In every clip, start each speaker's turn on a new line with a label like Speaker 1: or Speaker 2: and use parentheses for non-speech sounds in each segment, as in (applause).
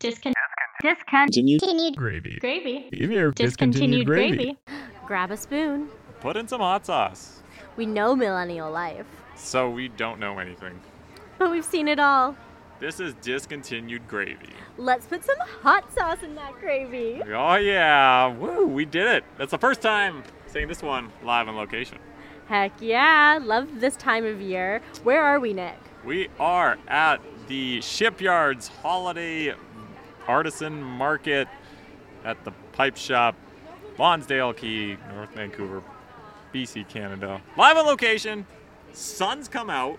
Speaker 1: Discon-
Speaker 2: Discon-
Speaker 3: Continued
Speaker 1: Discontinued
Speaker 4: Gravy.
Speaker 1: gravy.
Speaker 4: Give your discontinued gravy.
Speaker 5: Grab a spoon.
Speaker 4: Put in some hot sauce.
Speaker 5: We know millennial life,
Speaker 4: So we don't know anything.
Speaker 5: but we've seen it all.
Speaker 4: This is discontinued gravy.
Speaker 5: Let's put some hot sauce in that gravy.
Speaker 4: Oh yeah, woo, we did it. That's the first time seeing this one live on location.
Speaker 5: Heck yeah, love this time of year. Where are we, Nick?
Speaker 4: We are at the Shipyards Holiday Artisan Market at the Pipe Shop, Lonsdale Key, North Vancouver, BC, Canada. Live on location. Sun's come out.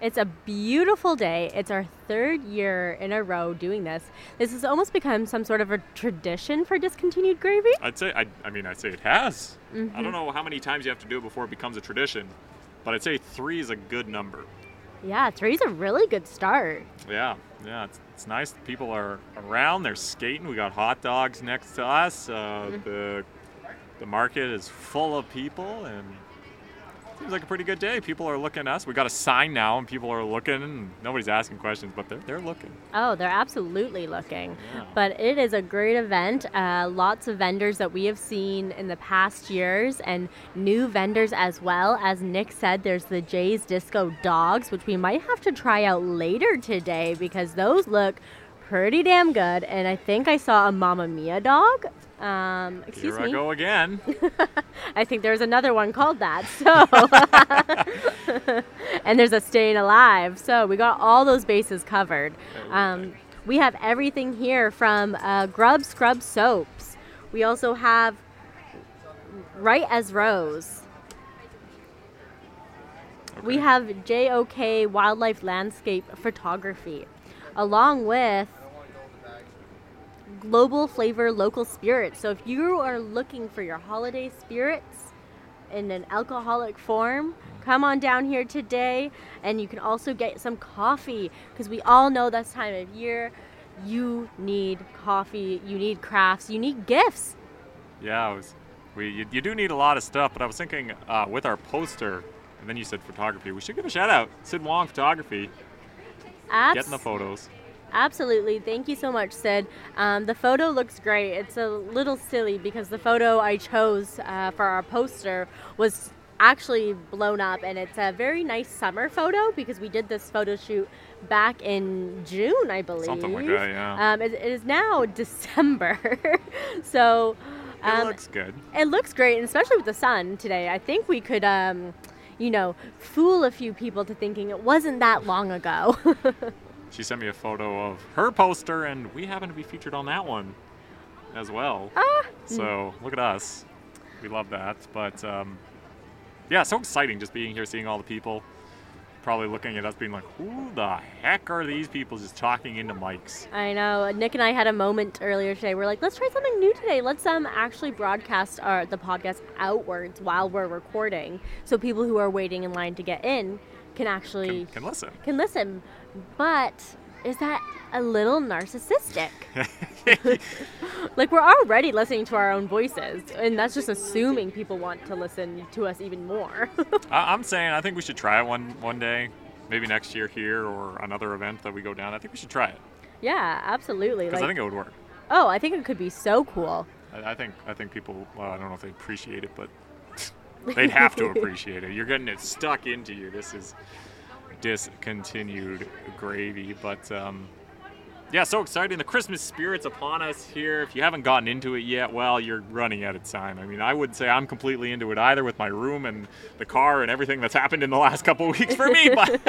Speaker 5: It's a beautiful day. It's our third year in a row doing this. This has almost become some sort of a tradition for discontinued gravy.
Speaker 4: I'd say, I, I mean, I'd say it has. I
Speaker 5: Mm-hmm.
Speaker 4: don't know how many times you have to do it before it becomes a tradition, but I'd say three is a good number.
Speaker 5: Yeah, three's a really good start.
Speaker 4: Yeah, yeah, it's, it's nice. that People are around. They're skating. We got hot dogs next to us. Uh,
Speaker 5: Mm-hmm.
Speaker 4: the the market is full of people, and seems like a pretty good day. People are looking at us. We got a sign now, and people are looking. And nobody's asking questions, but they're they're looking.
Speaker 5: Oh, they're absolutely looking.
Speaker 4: Yeah.
Speaker 5: But it is a great event. Uh, lots of vendors that we have seen in the past years and new vendors as well. As Nick said, there's the Jay's Disco Dogs, which we might have to try out later today because those look pretty damn good. And I think I saw a Mamma Mia dog. Um, excuse
Speaker 4: Here I
Speaker 5: me. (laughs)
Speaker 4: go again.
Speaker 5: I think there's another one called that. So, (laughs) and there's a staying alive. So we got all those bases covered. Um, we have everything here from uh, Grub Scrub soaps. We also have Right as Rose. We have JOK Wildlife Landscape Photography, along with global flavor, local spirit. So if you are looking for your holiday spirits in an alcoholic form, come on down here today. And you can also get some coffee because we all know this time of year you need coffee, you need crafts, you need gifts.
Speaker 4: Yeah, I was, we you, you do need a lot of stuff, but I was thinking uh, with our poster, and then you said photography. We should give a shout out Sid Wong Photography,
Speaker 5: Abs-
Speaker 4: getting the photos.
Speaker 5: Absolutely. Thank you so much, Sid. Um, the photo looks great. It's a little silly because the photo I chose uh, for our poster was actually blown up, and it's a very nice summer photo because we did this photo shoot back in June, I believe.
Speaker 4: Something like that, yeah.
Speaker 5: Um, it, it is now (laughs) December, (laughs) so um,
Speaker 4: it looks good.
Speaker 5: it looks great, and especially with the sun today. I think we could. Um, you know, fool a few people to thinking it wasn't that long ago. (laughs)
Speaker 4: She sent me a photo of her poster, and we happen to be featured on that one as well. So look at us. We love that. But um, yeah, so exciting just being here, seeing all the people. Probably looking at us, being like, "Who the heck are these people just talking into mics?"
Speaker 5: I know. Nick and I had a moment earlier today. We're like, let's try something new today. Let's um actually broadcast our the podcast outwards while we're recording, so people who are waiting in line to get in can actually
Speaker 4: Can,
Speaker 5: can,
Speaker 4: can listen.
Speaker 5: listen. But is that a little narcissistic? (laughs) like we're already listening to our own voices, and that's just assuming people want to listen to us even more. (laughs)
Speaker 4: I, I'm saying I think we should try it one one day, maybe next year here or another event that we go down. I think we should try it
Speaker 5: yeah, absolutely.
Speaker 4: because
Speaker 5: Like,
Speaker 4: I think it would work.
Speaker 5: oh, I think it could be so cool.
Speaker 4: I, I think I think people. Well, I don't know if they appreciate it, but (laughs) they'd have to appreciate it. You're getting it stuck into you. This is discontinued gravy, but um, yeah, so exciting. The Christmas spirit's upon us here. If you haven't gotten into it yet, well, you're running out of time. I mean, I would say I'm completely into it either with my room and the car and everything that's happened in the last couple of weeks for me. (laughs)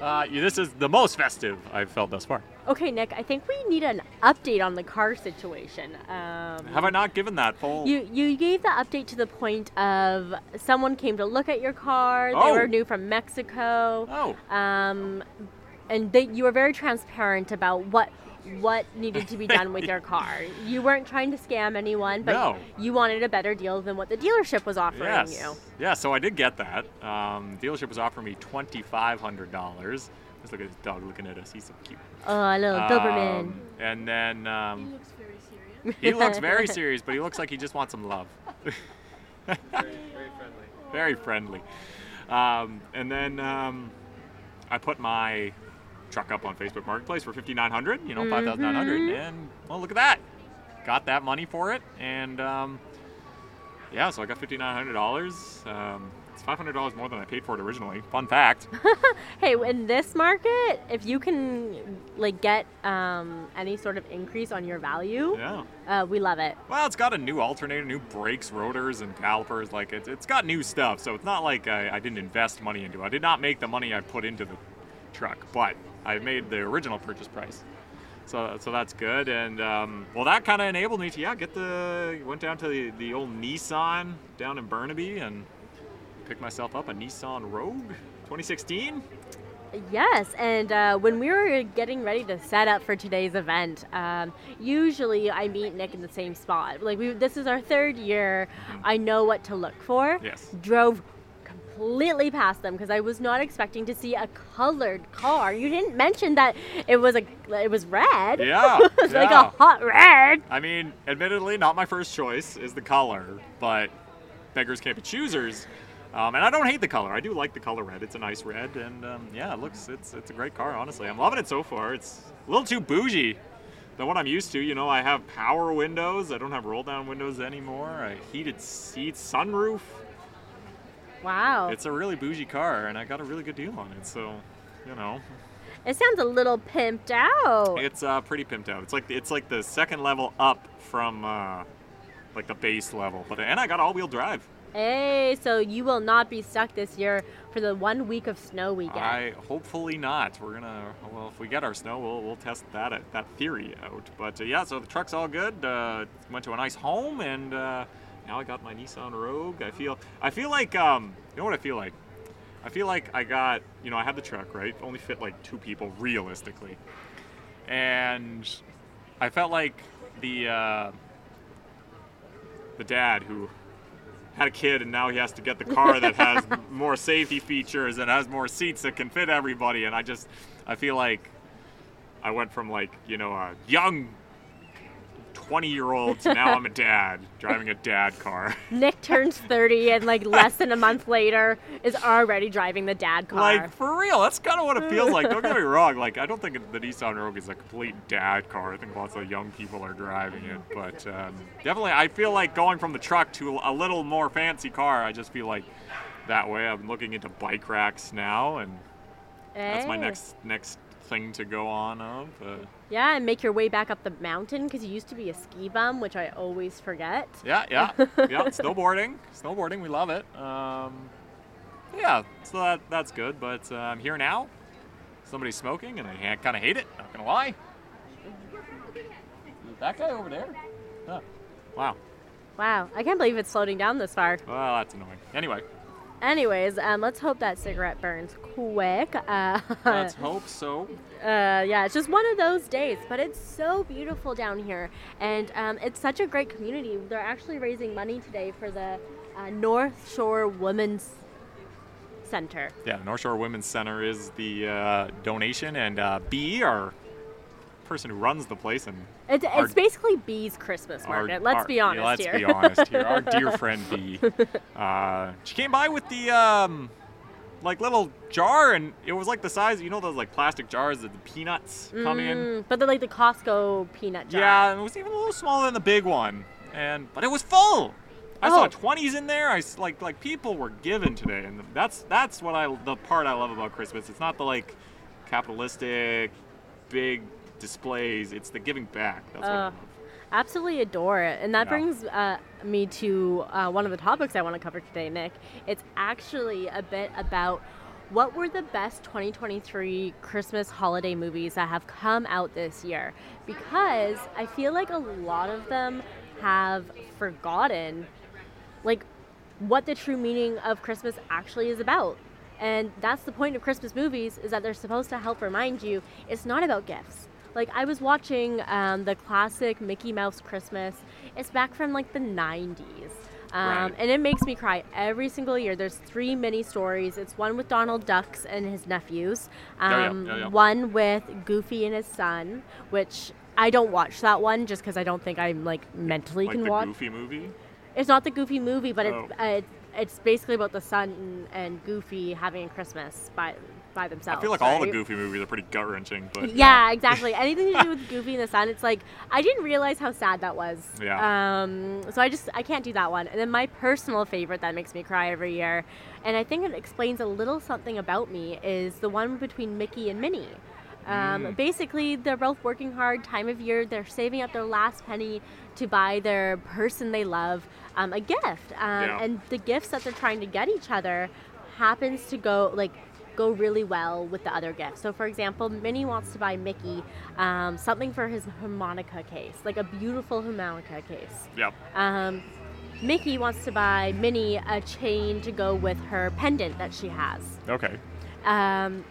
Speaker 4: But uh, this is the most festive I've felt thus far.
Speaker 5: Okay, Nick, I think we need an update on the car situation. Um,
Speaker 4: Have I not given that full?
Speaker 5: you you gave the update to the point of someone came to look at your car. They
Speaker 4: Oh.
Speaker 5: were new from Mexico,
Speaker 4: oh.
Speaker 5: um, and they, you were very transparent about what what needed to be done
Speaker 4: (laughs)
Speaker 5: with your car. You weren't trying to scam anyone, but
Speaker 4: No.
Speaker 5: you wanted a better deal than what the dealership was offering
Speaker 4: Yes.
Speaker 5: you.
Speaker 4: Yeah, so I did get that. Um, dealership was offering me twenty five hundred dollars. Let's look at this dog looking at us. He's so cute.
Speaker 5: Oh, a little Doberman.
Speaker 4: Um, and then um,
Speaker 1: looks very serious.
Speaker 4: he looks
Speaker 5: (laughs)
Speaker 4: very serious, but he looks like he just wants some love. very friendly. Very friendly. Um, and then um, I put my truck up on Facebook Marketplace for 5900 you know, 5900 And, well, look at that. Got that money for it. And, um, yeah, so I got $5,900. Um, it's $500 more than I paid for it originally. Fun fact.
Speaker 5: Hey, in this market, if you can like get um, any sort of increase on your value,
Speaker 4: yeah.
Speaker 5: uh, we love it.
Speaker 4: Well, it's got a new alternator, new brakes, rotors, and calipers. Like it's, it's got new stuff, so it's not like I, I didn't invest money into it. I did not make the money I put into the truck, but I made the original purchase price. So, so that's good, and um, well, that kind of enabled me to yeah get the went down to the, the old Nissan down in Burnaby and picked myself up a Nissan Rogue 2016.
Speaker 5: Yes, and uh, when we were getting ready to set up for today's event, um, usually I meet Nick in the same spot. Like we, this is our third year. I know what to look for.
Speaker 4: Mm-hmm. Yes.
Speaker 5: Drove completely past them because I was not expecting to see a colored car. You didn't mention that it was a it was red.
Speaker 4: Yeah,
Speaker 5: (laughs) it was like
Speaker 4: yeah.
Speaker 5: a hot red.
Speaker 4: I mean, admittedly, not my first choice is the color, but beggars can't be choosers. Um, and I don't hate the color. I do like the color red. It's a nice red, and um, yeah, it looks it's it's a great car. Honestly, I'm loving it so far. It's a little too bougie. The one I'm used to, you know, I have power windows. I don't have roll down windows anymore. I heated seats, sunroof.
Speaker 5: Wow.
Speaker 4: It's a really bougie car, and I got a really good deal on it. So, you know,
Speaker 5: it sounds a little pimped out.
Speaker 4: It's uh, pretty pimped out. It's like it's like the second level up from uh, like the base level. But and I got all-wheel drive.
Speaker 5: Hey, so you will not be stuck this year for the one week of snow we get.
Speaker 4: I hopefully not. We're gonna well if we get our snow, we'll we'll test that uh, that theory out. But uh, yeah, so the truck's all good. Uh, went to a nice home, and uh, now I got my Nissan Rogue. I feel I feel like um you know what I feel like. I feel like I got you know I had the truck right, only fit like two people realistically, and I felt like the uh, the dad who had a kid and now he has to get the car that has (laughs) more safety features and has more seats that can fit everybody and i just i feel like i went from like you know a young 20 year old to now i'm a dad driving a dad car (laughs)
Speaker 5: Nick turns 30 and like less than a month later is already driving the dad car.
Speaker 4: like for real that's kind of what it feels like don't
Speaker 5: (laughs)
Speaker 4: get me wrong like i don't think the nissan rogue is a complete dad car i think lots of young people are driving it but um, definitely i feel like going from the truck to a little more fancy car i just feel like that way i'm looking into bike racks now and That's my
Speaker 5: Hey.
Speaker 4: next next thing to go on of. Uh,
Speaker 5: Yeah, and make your way back up the mountain because you used to be a ski bum, which I always forget.
Speaker 4: yeah, yeah, yeah. snowboarding, snowboarding. We love it. Um, yeah, so that that's good. But uh, I'm here now. Somebody's smoking, and I kind of hate it. Not gonna lie. That guy over there. Huh. Wow.
Speaker 5: Wow, I can't believe it's floating down this far.
Speaker 4: Well, that's annoying. Anyway,
Speaker 5: Anyways, um, let's hope that cigarette burns quick. Uh,
Speaker 4: let's hope so.
Speaker 5: uh, yeah, it's just one of those days, but it's so beautiful down here, and um, it's such a great community. They're actually raising money today for the uh, North Shore Women's Center.
Speaker 4: Yeah, North Shore Women's Center is the uh, donation, and uh, B, our person who runs the place, and
Speaker 5: It's,
Speaker 4: Our-
Speaker 5: it's basically Bee's Christmas
Speaker 4: Our-
Speaker 5: market. let's
Speaker 4: our-
Speaker 5: be
Speaker 4: yeah,
Speaker 5: honest
Speaker 4: let's
Speaker 5: here.
Speaker 4: be honest here. Our dear friend B, uh, she came by with the um, like little jar, and it was like the size. You know those like plastic jars that the peanuts come in.
Speaker 5: (laughs) Mm, but they're like the Costco peanut jar.
Speaker 4: Yeah, and it was even a little smaller than the big one, and but it was full. I
Speaker 5: Oh.
Speaker 4: saw twenties in there. I s- like like people were given today, and that's that's what I the part I love about Christmas. It's not the like capitalistic big displays. It's the giving back. That's what I
Speaker 5: Uh,
Speaker 4: love.
Speaker 5: Absolutely adore it. And that
Speaker 4: Yeah.
Speaker 5: brings uh, me to uh, one of the topics I want to cover today, Nick. It's actually a bit about what were the best 2023 Christmas holiday movies that have come out this year? Because I feel like a lot of them have forgotten like what the true meaning of Christmas actually is about. And that's the point of Christmas movies is that they're supposed to help remind you it's not about gifts. Like I was watching um, the classic Mickey Mouse Christmas. It's back from like the 90s. Um,
Speaker 4: Right.
Speaker 5: And it makes me cry every single year. There's three mini stories. It's one with Donald Ducks and his nephews.
Speaker 4: yeah,
Speaker 5: Um,
Speaker 4: yeah, yeah.
Speaker 5: One with Goofy and his son, which I don't watch that one just because I don't think I'm like mentally
Speaker 4: Like
Speaker 5: can
Speaker 4: the
Speaker 5: watch.
Speaker 4: Goofy movie.
Speaker 5: It's not the Goofy movie, but
Speaker 4: Oh.
Speaker 5: it's uh, it's basically about the son and Goofy having a Christmas by by themselves.
Speaker 4: I feel like all the
Speaker 5: right?
Speaker 4: Goofy movies are pretty gut wrenching, but
Speaker 5: Yeah, exactly. Anything to do with Goofy and the Sun, it's like I didn't realize how sad that was.
Speaker 4: Yeah.
Speaker 5: Um, so I just I can't do that one. And then my personal favorite that makes me cry every year, and I think it explains a little something about me is the one between Mickey and Minnie. Um,
Speaker 4: Mm.
Speaker 5: Basically, they're both working hard. Time of year, they're saving up their last penny to buy their person they love um, a gift, um,
Speaker 4: Yeah.
Speaker 5: and the gifts that they're trying to get each other happens to go like go really well with the other gifts. So, for example, Minnie wants to buy Mickey um, something for his harmonica case, like a beautiful harmonica case.
Speaker 4: Yep.
Speaker 5: Um, Mickey wants to buy Minnie a chain to go with her pendant that she has
Speaker 4: Okay.
Speaker 5: um,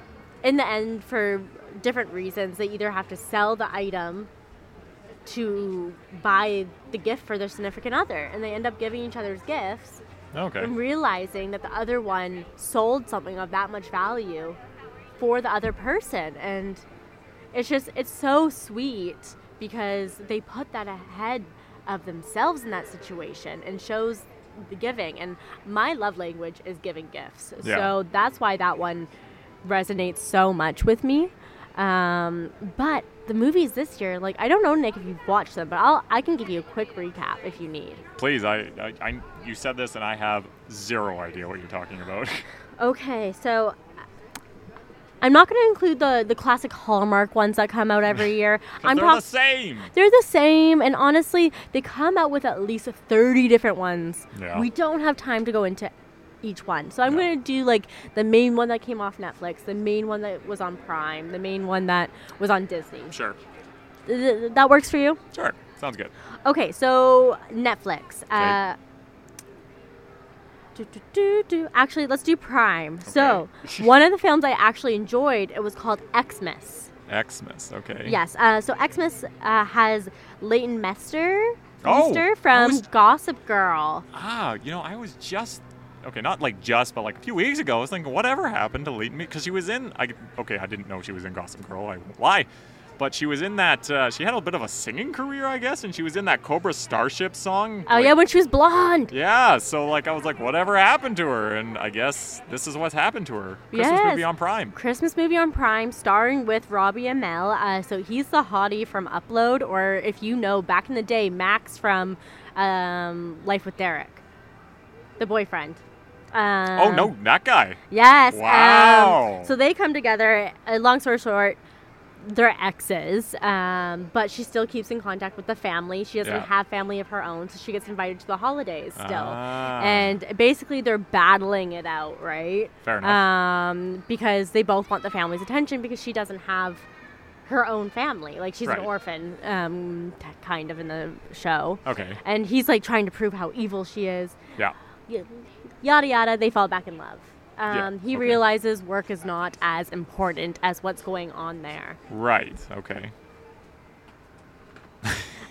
Speaker 5: in the end, for different reasons, they either have to sell the item to buy the gift for their significant other, and they end up giving each other's gifts
Speaker 4: Okay.
Speaker 5: and realizing that the other one sold something of that much value for the other person. And it's just, it's so sweet because they put that ahead of themselves in that situation and shows the giving. And my love language is giving gifts.
Speaker 4: Yeah.
Speaker 5: So that's why that one resonates so much with me. Um, but the movies this year, like I don't know, Nick, if you've watched them, but I'll I can give you a quick recap if you need.
Speaker 4: Please, I, I, I, you said this, and I have zero idea what you're talking about. (laughs)
Speaker 5: Okay, so I'm not going to include the the classic Hallmark ones that come out
Speaker 4: (laughs)
Speaker 5: every year. I'm
Speaker 4: they're
Speaker 5: prob-
Speaker 4: the same.
Speaker 5: they're the same, and honestly, they come out with at least 30 different ones.
Speaker 4: Yeah.
Speaker 5: We don't have time to go into each one, so I'm
Speaker 4: No.
Speaker 5: going to do like the main one that came off Netflix, the main one that was on Prime, the main one that was on Disney.
Speaker 4: Sure.
Speaker 5: Th- th- that works for you?
Speaker 4: Sure. Sounds good.
Speaker 5: Okay, so Netflix. Uh, do, do, do, do. Actually, let's do Prime.
Speaker 4: (laughs)
Speaker 5: So, one of the films I actually enjoyed, it was called Xmas.
Speaker 4: Xmas. Okay.
Speaker 5: Yes. Uh, so Xmas uh, has Leighton Mester,
Speaker 4: Oh, I
Speaker 5: Mester from
Speaker 4: was-
Speaker 5: Gossip Girl.
Speaker 4: Ah, you know, I was just okay, not like just, but like a few weeks ago, I was thinking, whatever happened to Leighton? Because she was in, I okay, I didn't know she was in Gossip Girl. I won't lie, but she was in that. Uh, she had a bit of a singing career, I guess, and she was in that Cobra Starship song.
Speaker 5: Oh
Speaker 4: like-
Speaker 5: yeah, when she was blonde.
Speaker 4: Yeah, so like I was like, whatever happened to her? And I guess this is what's happened to her. Christmas
Speaker 5: Yes.
Speaker 4: movie on Prime.
Speaker 5: Christmas movie on Prime, starring with Robbie Amell. Uh, so he's the hottie from Upload, or if you know, back in the day, Max from um, Life with Derek, the boyfriend. Um,
Speaker 4: oh no, that guy.
Speaker 5: Yes. um,
Speaker 4: Wow.
Speaker 5: so they come together. Uh, long story short, they're exes, um, but she still keeps in contact with the family. She doesn't
Speaker 4: Yeah.
Speaker 5: have family of her own, so she gets invited to the holidays still.
Speaker 4: Ah.
Speaker 5: And basically, they're battling it out, right?
Speaker 4: Fair enough.
Speaker 5: Um, because they both want the family's attention because she doesn't have her own family. Like, she's
Speaker 4: Right.
Speaker 5: an orphan, um, t- kind of, in the show.
Speaker 4: Okay.
Speaker 5: And he's like trying to prove how evil she is
Speaker 4: Yeah.
Speaker 5: y- yada yada, they fall back in love.
Speaker 4: Yeah,
Speaker 5: Um, he
Speaker 4: okay.
Speaker 5: realizes work is not as important as what's going on there.
Speaker 4: Right. Okay.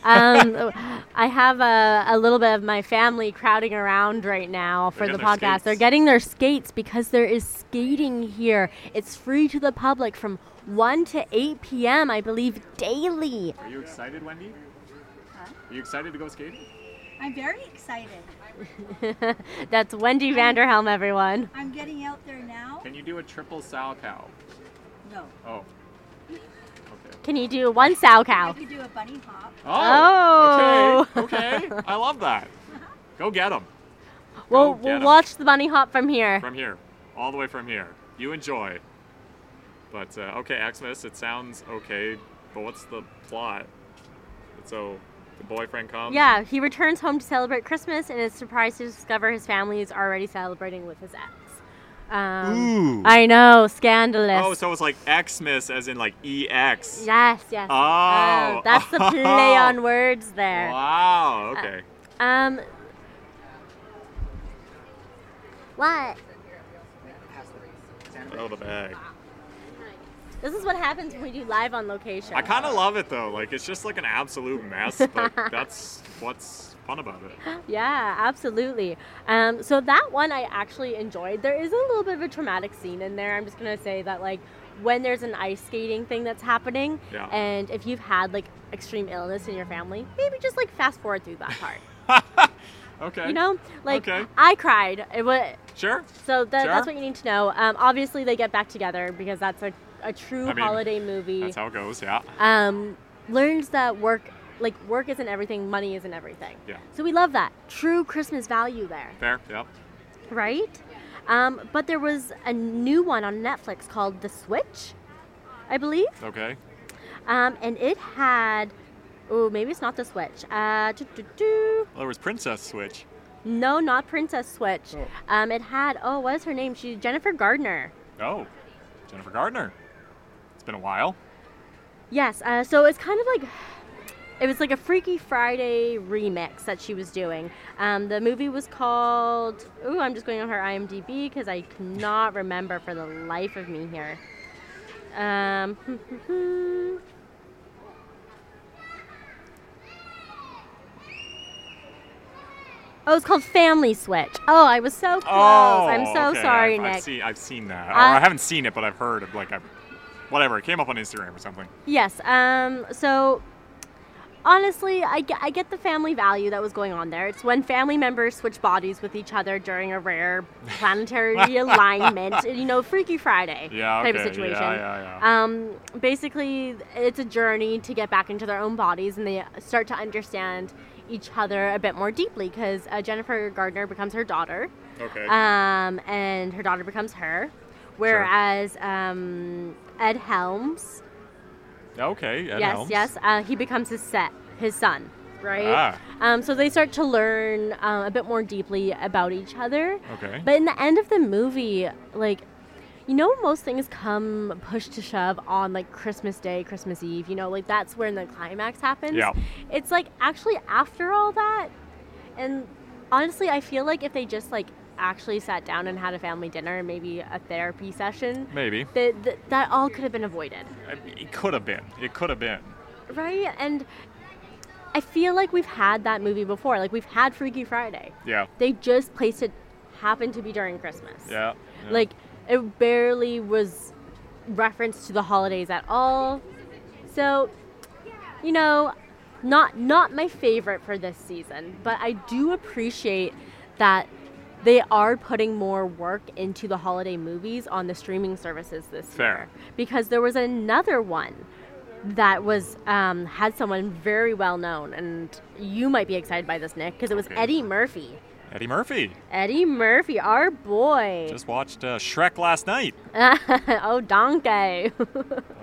Speaker 5: Um, I have a, a little bit of my family crowding around right now for
Speaker 4: They're
Speaker 5: the
Speaker 4: getting their
Speaker 5: podcast. They're
Speaker 4: skates.
Speaker 5: getting their skates because there is skating here. It's free to the public from 1 to 8 p.m., I believe, daily.
Speaker 4: Are you excited, Wendy? Are you excited to go skating?
Speaker 1: I'm very excited.
Speaker 5: That's Wendy Vanderhelm, everyone.
Speaker 1: I'm getting out there now.
Speaker 4: Can you do a triple sow cow?
Speaker 1: No.
Speaker 4: Oh.
Speaker 5: Can you do one sow
Speaker 1: I
Speaker 5: cow?
Speaker 1: could do a bunny hop.
Speaker 4: Oh.
Speaker 5: Oh. (laughs)
Speaker 4: Okay. Okay. I love that. Go get them
Speaker 5: We'll,
Speaker 4: get
Speaker 5: we'll
Speaker 4: 'em.
Speaker 5: watch the bunny hop from here.
Speaker 4: from here, all the way from here. You enjoy. But uh, okay, Xmas. It sounds okay, but what's the plot? So the boyfriend comes.
Speaker 5: Yeah, he returns home to celebrate Christmas and is surprised to discover his family is already celebrating with his ex. Um,
Speaker 4: Ooh.
Speaker 5: I know, scandalous.
Speaker 4: Oh, so it's like Xmas, as in like E X.
Speaker 5: yes, yes.
Speaker 4: Oh.
Speaker 5: Oh, that's the
Speaker 4: (laughs)
Speaker 5: play on words there.
Speaker 4: Wow.
Speaker 5: Uh,
Speaker 4: Okay.
Speaker 5: Um, what?
Speaker 4: Out of the bag.
Speaker 5: This is what happens when we do live on location.
Speaker 4: I kind of love it though. Like it's just like an absolute mess,
Speaker 5: (laughs)
Speaker 4: but that's what's fun about it.
Speaker 5: Yeah, absolutely. Um, so that one I actually enjoyed. There is a little bit of a traumatic scene in there. I'm just gonna say that like when there's an ice skating thing that's happening,
Speaker 4: Yeah.
Speaker 5: and if
Speaker 4: (laughs)
Speaker 5: you've had like extreme illness in your family, maybe just like fast forward through that part.
Speaker 4: Okay.
Speaker 5: You know, like
Speaker 4: Okay.
Speaker 5: I cried. It was
Speaker 4: Sure.
Speaker 5: so that,
Speaker 4: Sure.
Speaker 5: that's what you need to know. Um, obviously, they get back together because that's a, a true
Speaker 4: I mean,
Speaker 5: holiday movie.
Speaker 4: That's how it goes. Yeah.
Speaker 5: um, learns that work, like work isn't everything, money isn't everything.
Speaker 4: Yeah.
Speaker 5: So we love that true Christmas value there,
Speaker 4: Fair. Yep.
Speaker 5: right? Um, but there was a new one on Netflix called The Switch, I believe,
Speaker 4: Okay.
Speaker 5: um, and it had. Oh, maybe it's not the Switch. Uh, doo-doo-doo.
Speaker 4: Well, there was Princess Switch.
Speaker 5: no, not Princess Switch.
Speaker 4: Oh.
Speaker 5: Um, it had. Oh, what is her name? She's Jennifer Gardner.
Speaker 4: Oh, Jennifer Gardner. It's been a while.
Speaker 5: Yes, uh, so it's kind of like it was like a Freaky Friday remix that she was doing. Um, the movie was called. Ooh, I'm just going on her IMDb because I cannot remember for the life of me here. Um, hmm. oh, it's called Family Switch. Oh, I was so close. I'm so
Speaker 4: Oh, okay.
Speaker 5: sorry,
Speaker 4: I've,
Speaker 5: Nick.
Speaker 4: I've seen, I've seen that. Or
Speaker 5: Uh,
Speaker 4: I haven't seen it, but I've heard of like, I've, whatever. It came up on Instagram or something.
Speaker 5: Yes. Um, so, honestly, I get, I get the family value that was going on there. It's when family members switch bodies with each other during a rare
Speaker 4: (laughs)
Speaker 5: planetary realignment, you know, Freaky Friday
Speaker 4: Yeah.
Speaker 5: type
Speaker 4: okay.
Speaker 5: of situation.
Speaker 4: Yeah, yeah, yeah.
Speaker 5: Um, basically, it's a journey to get back into their own bodies and they start to understand each other a bit more deeply because uh, Jennifer Gardner becomes her daughter
Speaker 4: okay.
Speaker 5: um, and her daughter becomes her. Whereas um, Ed Helms,
Speaker 4: okay. Ed
Speaker 5: yes,
Speaker 4: Helms.
Speaker 5: yes. Uh, he becomes his set, his son, right?
Speaker 4: Ah.
Speaker 5: Um, so they start to learn um, a bit more deeply about each other.
Speaker 4: Okay.
Speaker 5: But in the end of the movie, like, you know, most things come push to shove on like Christmas Day, Christmas Eve. You know, like that's when the climax happens.
Speaker 4: Yeah.
Speaker 5: It's like actually after all that, and honestly, I feel like if they just like actually sat down and had a family dinner and maybe a therapy session,
Speaker 4: Maybe.
Speaker 5: that that that all could have been avoided.
Speaker 4: I mean, It could have been. It could have been.
Speaker 5: Right? And I feel like we've had that movie before. Like we've had Freaky Friday.
Speaker 4: Yeah.
Speaker 5: They just placed it happened to be during Christmas.
Speaker 4: Yeah. yeah.
Speaker 5: Like it barely was referenced to the holidays at all. So, you know, not not my favorite for this season, but I do appreciate that they are putting more work into the holiday movies on the streaming services this
Speaker 4: Fair.
Speaker 5: year because there was another one that was um, had someone very well known and you might be excited by this Nick because it was
Speaker 4: Okay.
Speaker 5: Eddie Murphy.
Speaker 4: Eddie Murphy
Speaker 5: Eddie Murphy, our boy.
Speaker 4: just watched uh, Shrek last night.
Speaker 5: (laughs) oh, donkey. (laughs)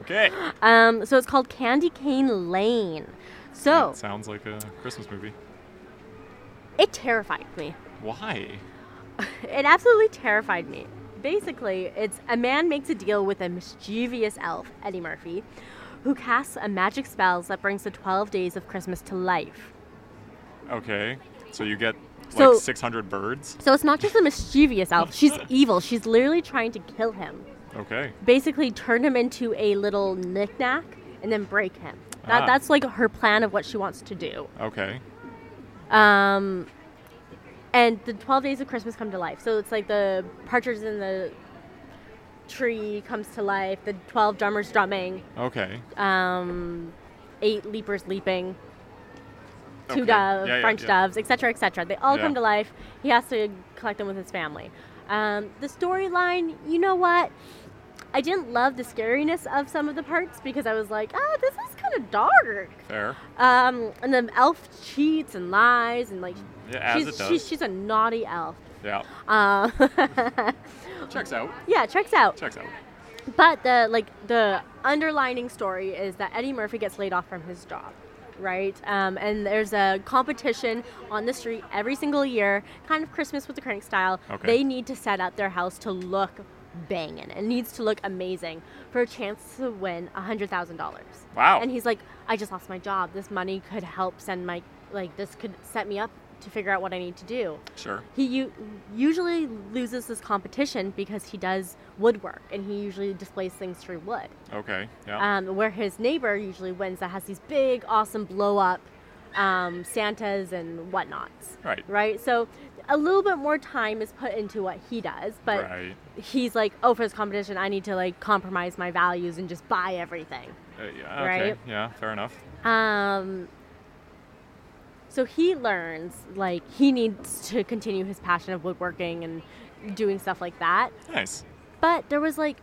Speaker 4: Okay.
Speaker 5: um, so it's called Candy Cane Lane. So
Speaker 4: That sounds like a Christmas movie.
Speaker 5: it terrified me.
Speaker 4: Why?
Speaker 5: It absolutely terrified me. Basically, it's a man makes a deal with a mischievous elf, Eddie Murphy, who casts a magic spell that brings the 12 days of Christmas to life.
Speaker 4: Okay. So you get like
Speaker 5: So-
Speaker 4: 600 birds.
Speaker 5: So it's not just a mischievous elf, she's evil. She's literally trying to kill him.
Speaker 4: Okay.
Speaker 5: basically turn him into a little knickknack and then break him. That,
Speaker 4: Ah.
Speaker 5: That's like her plan of what she wants to do.
Speaker 4: Okay.
Speaker 5: Um, and the 12 days of Christmas come to life. So it's like the partridge in the tree comes to life, the 12 drummers drumming,
Speaker 4: Okay.
Speaker 5: um, eight leapers leaping, two
Speaker 4: Okay.
Speaker 5: doves,
Speaker 4: Yeah, yeah,
Speaker 5: French
Speaker 4: yeah.
Speaker 5: doves, etc., etc. They all
Speaker 4: Yeah.
Speaker 5: come to life. He has to collect them with his family. Um, the storyline, you know what? I didn't love the scariness of some of the parts because I was like, oh, this is kind of dark.
Speaker 4: Fair.
Speaker 5: Um, and the elf cheats and lies and like,
Speaker 4: Mm, Yeah, as
Speaker 5: she's,
Speaker 4: it does.
Speaker 5: She's, she's a naughty elf.
Speaker 4: Yeah.
Speaker 5: Uh, (laughs) Um,
Speaker 4: Checks out.
Speaker 5: yeah, checks out.
Speaker 4: Checks out.
Speaker 5: But the like the underlining story is that Eddie Murphy gets laid off from his job, right? Um, and there's a competition on the street every single year, kind of Christmas with the Crank style.
Speaker 4: Okay.
Speaker 5: They need to set up their house to look banging. It needs to look amazing for a chance to win hundred thousand dollars.
Speaker 4: Wow.
Speaker 5: And he's like, I just lost my job. This money could help send my like this could set me up to figure out what I need to do
Speaker 4: Sure.
Speaker 5: he u- usually loses this competition because he does woodwork and he usually displays things through wood
Speaker 4: Okay. Yeah.
Speaker 5: um, where his neighbor usually wins that has these big awesome blow up um, santas and whatnots
Speaker 4: right.
Speaker 5: right so a little bit more time is put into what he does but
Speaker 4: Right.
Speaker 5: he's like oh for this competition i need to like compromise my values and just buy everything
Speaker 4: Uh, yeah, okay.
Speaker 5: right?
Speaker 4: Yeah. Fair enough.
Speaker 5: um, So he learns like he needs to continue his passion of woodworking and doing stuff like that.
Speaker 4: Nice.
Speaker 5: But there was like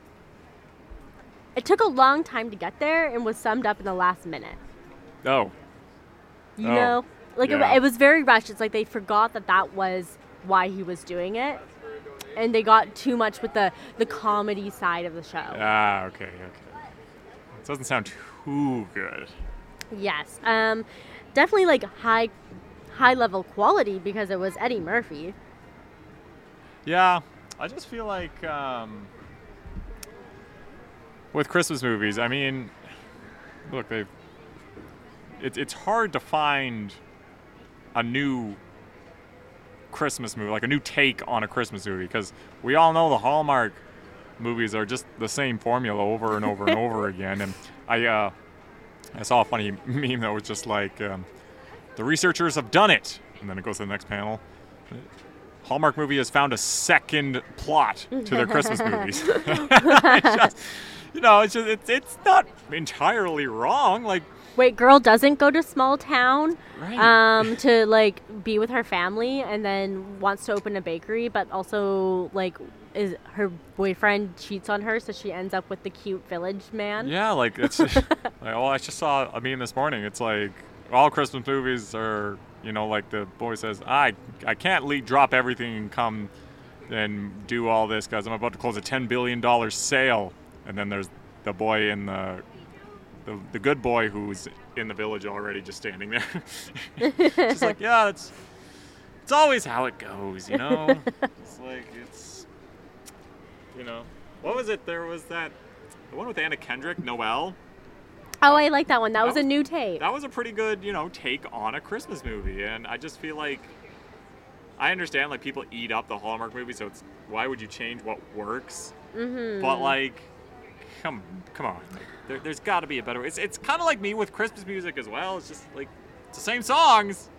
Speaker 5: it took a long time to get there and was summed up in the last minute.
Speaker 4: Oh,
Speaker 5: You
Speaker 4: Oh,
Speaker 5: know, like it wa-
Speaker 4: yeah.
Speaker 5: it, was very rushed. It's like they forgot that that was why he was doing it, and they got too much with the the comedy side of the show.
Speaker 4: ah, okay, okay. It doesn't sound too good.
Speaker 5: Yes, um, definitely like high high level quality because it was Eddie Murphy.
Speaker 4: Yeah, I just feel like um, with Christmas movies, I mean, look, they've it, it's hard to find a new Christmas movie, like a new take on a Christmas movie, because we all know the Hallmark movies are just the same formula over and over and over again. And I uh, I saw a funny (laughs) meme that was just like, um, the researchers have done it, and then it goes to the next panel. Hallmark movie has found a second plot to their Christmas movies. (laughs) It's just- you know, it's just it's, it's not entirely wrong. Like,
Speaker 5: Wait, girl doesn't go to small town
Speaker 4: Right.
Speaker 5: um, to like be with her family, and then wants to open a bakery, but also like is her boyfriend cheats on her, so she ends up with the cute village man.
Speaker 4: yeah, like it's like, well, I just saw a meme this morning. It's like all Christmas movies are, you know, like the boy says, I I can't le drop everything and come and do all this because I'm about to close a ten billion dollar sale. And then there's the boy in the the, the good boy who's in the village already just standing there. (laughs) just like, yeah, that's it's always how it goes, you know? it's like it's you know. What was it? There was that the one with Anna Kendrick, Noel.
Speaker 5: Oh, I like that one. That,
Speaker 4: That
Speaker 5: was,
Speaker 4: was-
Speaker 5: a new tape.
Speaker 4: That was a pretty good, you know, take on a Christmas movie. And I just feel like I understand like people eat up the Hallmark movie, so it's why would you change what works?
Speaker 5: mm-hmm.
Speaker 4: But like, come come on, like, there, there's got to be a better way. It's it's kind of like me with Christmas music as well. It's just like it's the same songs.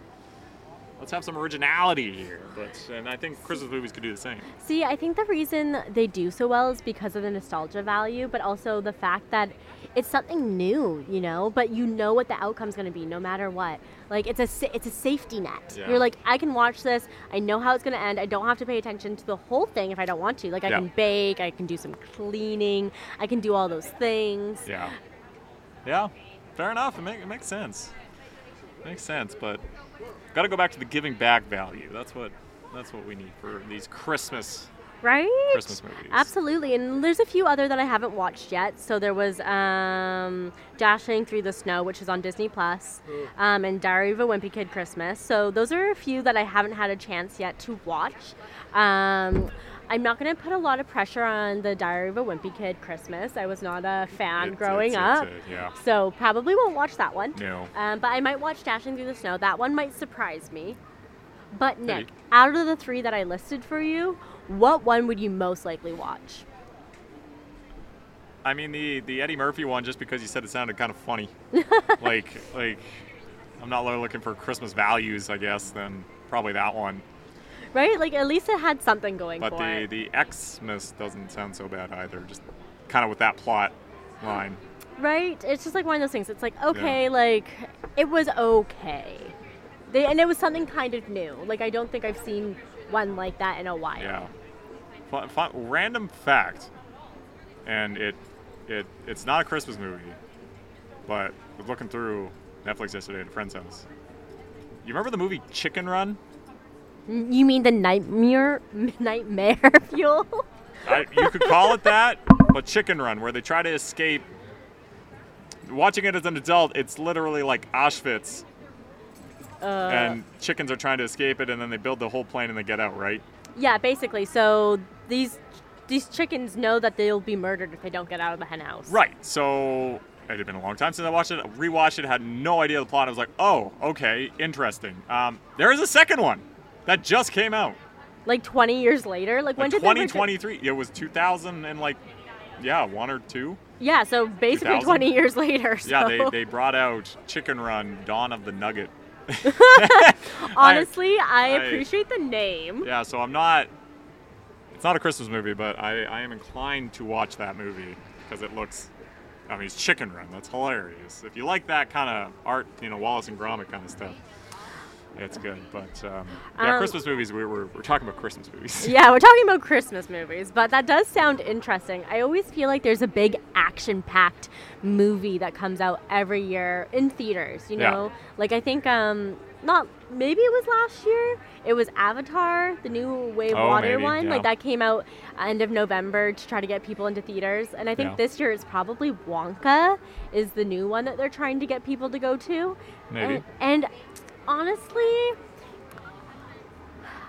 Speaker 4: Let's have some originality here. But and I think Christmas movies could do the same.
Speaker 5: See, I think the reason they do so well is because of the nostalgia value, but also the fact that it's something new, you know. But you know what the outcome's going to be, no matter what. Like it's a sa- it's a safety net.
Speaker 4: Yeah.
Speaker 5: You're like, I can watch this. I know how it's going to end. I don't have to pay attention to the whole thing if I don't want to. Like I
Speaker 4: Yeah.
Speaker 5: can bake. I can do some cleaning. I can do all those things.
Speaker 4: Yeah. Yeah. Fair enough. It, make, it makes sense. makes sense, but got to go back to the giving back value. That's what that's what we need for these Christmas.
Speaker 5: right?
Speaker 4: Christmas movies.
Speaker 5: Absolutely, and there's a few other that I haven't watched yet. So there was um, Dashing Through the Snow, which is on Disney Plus, um, and Diary of a Wimpy Kid Christmas. So those are a few that I haven't had a chance yet to watch. Um, I'm not going to put a lot of pressure on the Diary of a Wimpy Kid Christmas. I was not a fan
Speaker 4: It's-
Speaker 5: growing
Speaker 4: it's-
Speaker 5: up.
Speaker 4: it's- yeah.
Speaker 5: So probably won't watch that one.
Speaker 4: No.
Speaker 5: Um, but I might watch Dashing Through the Snow. That one might surprise me. But Nick,
Speaker 4: Maybe.
Speaker 5: out of the three that I listed for you, what one would you most likely watch?
Speaker 4: I mean the the Eddie Murphy one just because you said it sounded kind of funny. like like I'm not really looking for Christmas values, I guess, then probably that one.
Speaker 5: Right? Like at least it had something going
Speaker 4: But
Speaker 5: for
Speaker 4: the
Speaker 5: it.
Speaker 4: the Xmas doesn't sound so bad either. Just kind of with that plot line.
Speaker 5: Right? It's just like one of those things. It's like okay, like it was okay, they, and it was something kind of new. Like I don't think I've seen one like that in a while.
Speaker 4: Yeah. Fun, fun, random fact, and it, it, it's not a Christmas movie, but I was looking through Netflix yesterday at a friend's house. You remember the movie Chicken Run?
Speaker 5: N- You mean the nightmare (laughs) nightmare (laughs) fuel?
Speaker 4: I, you could call it that, but Chicken Run, where they try to escape. Watching it as an adult, it's literally like Auschwitz,
Speaker 5: Uh,
Speaker 4: and chickens are trying to escape it, and then they build the whole plane and they get out, right?
Speaker 5: Yeah, basically. So these these chickens know that they'll be murdered if they don't get out of the hen house.
Speaker 4: Right. So it had been a long time since I watched it. I rewatched it. Had no idea the plot. I was like, oh, okay, interesting. Um, there is a second one that just came out.
Speaker 5: Like 20 years later. Like when did
Speaker 4: Like
Speaker 5: they origi-
Speaker 4: 2023. It was 2000 and like, yeah, one or two.
Speaker 5: Yeah, so basically
Speaker 4: 2000?
Speaker 5: 20 years later. So (laughs)
Speaker 4: Yeah, they, they brought out Chicken Run, Dawn of the Nugget.
Speaker 5: honestly, I,
Speaker 4: I-
Speaker 5: appreciate the name.
Speaker 4: Yeah, so I'm not. It's not a Christmas movie, but I, I am inclined to watch that movie because it looks. I mean, it's Chicken Run. That's hilarious. If you like that kind of art, you know, Wallace and Gromit kind of stuff. It's good, but um, yeah,
Speaker 5: Um,
Speaker 4: Christmas movies. We were we're talking about Christmas movies.
Speaker 5: Yeah, we're talking about Christmas movies, but that does sound interesting. I always feel like there's a big action packed movie that comes out every year in theaters, you
Speaker 4: Yeah.
Speaker 5: know? Like, I think, um, not maybe it was last year, it was Avatar, the new Way of
Speaker 4: Oh,
Speaker 5: Water
Speaker 4: maybe,
Speaker 5: one. Like,
Speaker 4: yeah.
Speaker 5: that came out end of November to try to get people into theaters. And I think
Speaker 4: Yeah.
Speaker 5: this year it's probably Wonka, is the new one that they're trying to get people to go to.
Speaker 4: Maybe.
Speaker 5: And, and honestly,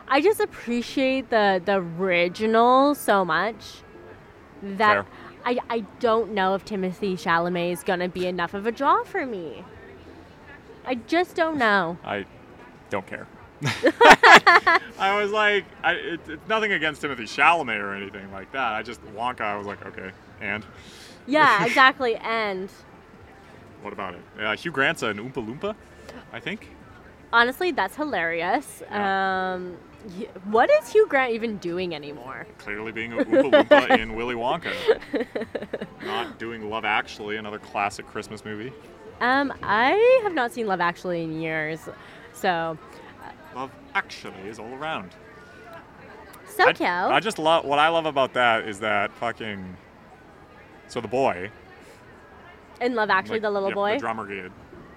Speaker 5: I just appreciate the the original so much that
Speaker 4: Fair.
Speaker 5: I, I don't know if Timothy Chalamet is gonna be enough of a draw for me. I just don't
Speaker 4: (laughs)
Speaker 5: know.
Speaker 4: I don't care. (laughs) I was like, I, it, it's nothing against Timothy Chalamet or anything like that. I just Wonka. I was like, okay, and
Speaker 5: Yeah, exactly. And
Speaker 4: what about it? Uh, Hugh Grant's an Oompa Loompa, I think.
Speaker 5: honestly, that's hilarious. Um, y- what is Hugh Grant even doing anymore?
Speaker 4: Clearly being an
Speaker 5: (laughs)
Speaker 4: Oompa Loompa in Willy Wonka. Not doing Love Actually, another classic Christmas movie.
Speaker 5: Um, I have not seen Love Actually in years, so
Speaker 4: Love Actually is all around.
Speaker 5: so
Speaker 4: I-
Speaker 5: cute.
Speaker 4: I, just love what I love about that is that fucking. So the boy,
Speaker 5: in Love Actually,
Speaker 4: like,
Speaker 5: the little
Speaker 4: yep,
Speaker 5: boy.
Speaker 4: the drummer kid,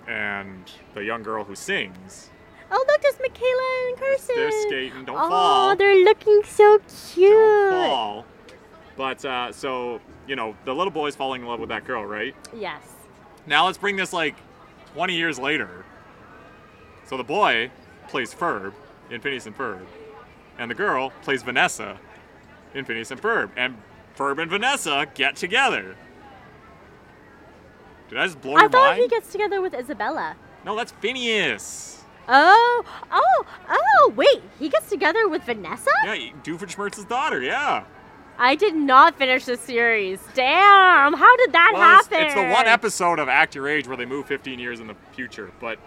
Speaker 4: and the young girl who sings,
Speaker 5: Oh, look, there's Michaela and Carson.
Speaker 4: they're skating. Don't
Speaker 5: oh,
Speaker 4: fall.
Speaker 5: they're looking so cute.
Speaker 4: Don't fall. But uh, so you know, the little boy's falling in love with that girl, right?
Speaker 5: Yes.
Speaker 4: Now let's bring this like 20 years later. So the boy plays Ferb in Phineas and Ferb, and the girl plays Vanessa in Phineas and Ferb, and Ferb and Vanessa get together. Did I just blow
Speaker 5: I
Speaker 4: your
Speaker 5: thought
Speaker 4: mind?
Speaker 5: he gets together with Isabella.
Speaker 4: no, that's Phineas.
Speaker 5: Oh, oh, oh, wait. He gets together with Vanessa?
Speaker 4: Yeah, Doofenshmirtz's daughter. Yeah.
Speaker 5: I did not finish the series. Damn, how did that
Speaker 4: Well, it's,
Speaker 5: happen?
Speaker 4: it's the one episode of Act Your Age where they move 15 years in the future, but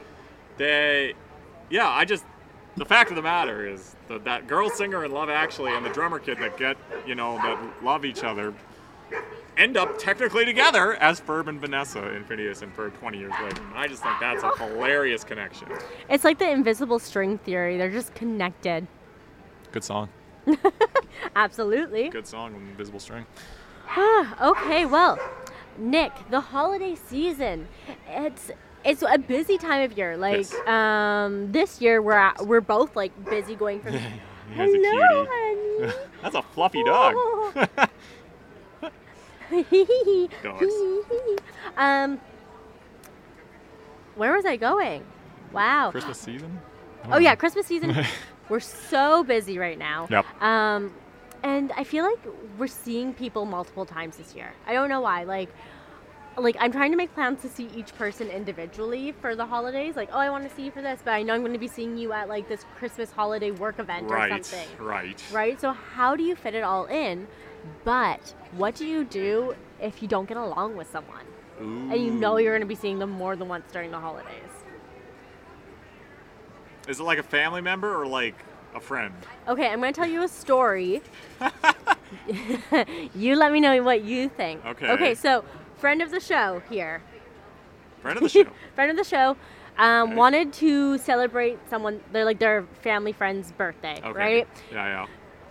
Speaker 4: they, yeah, I just the fact of the matter is that that girl singer in Love Actually and the drummer kid that get you know that love each other end up technically together as Ferb and Vanessa in Phineas and Ferb 20 years later. And I just think that's a
Speaker 5: Oh.
Speaker 4: hilarious connection.
Speaker 5: It's like the invisible string theory. They're just connected.
Speaker 4: Good song.
Speaker 5: Absolutely.
Speaker 4: Good song. Invisible String.
Speaker 5: Ah, okay, well, Nick, the holiday season, it's it's a busy time of year. Like
Speaker 4: Yes.
Speaker 5: um, this year, we're at, we're both like busy going
Speaker 4: (laughs)
Speaker 5: from.
Speaker 4: Here's a
Speaker 5: Hello,
Speaker 4: cutie. (laughs)
Speaker 5: honey.
Speaker 4: That's a fluffy
Speaker 5: (laughs)
Speaker 4: dog. Dogs.
Speaker 5: (laughs) um, where was I going? Wow.
Speaker 4: Christmas season.
Speaker 5: Oh yeah, Christmas
Speaker 4: (laughs)
Speaker 5: season. we're so busy right now.
Speaker 4: Mm. Yep.
Speaker 5: Um, and I feel like we're seeing people multiple times this year. I don't know why. Like, like I'm trying to make plans to see each person individually for the holidays. Like, oh, I want to see you for this, but I know I'm going to be seeing you at like this Christmas holiday work event or
Speaker 4: Right.
Speaker 5: something.
Speaker 4: Right.
Speaker 5: Right. So how do you fit it all in? But what do you do if you don't get along with someone and you know
Speaker 4: Mm.
Speaker 5: you're going to be seeing them more than once during the holidays?
Speaker 4: Is it like a family member or like a friend?
Speaker 5: Okay, I'm going to tell you a story. (laughs) you let me know what you think.
Speaker 4: Okay.
Speaker 5: Okay, so friend of the show here, (laughs)
Speaker 4: Friend of the show.
Speaker 5: friend of the show, um,
Speaker 4: Okay.
Speaker 5: wanted to celebrate someone. They're like their family friend's birthday,
Speaker 4: Okay.
Speaker 5: right?
Speaker 4: Yeah, yeah.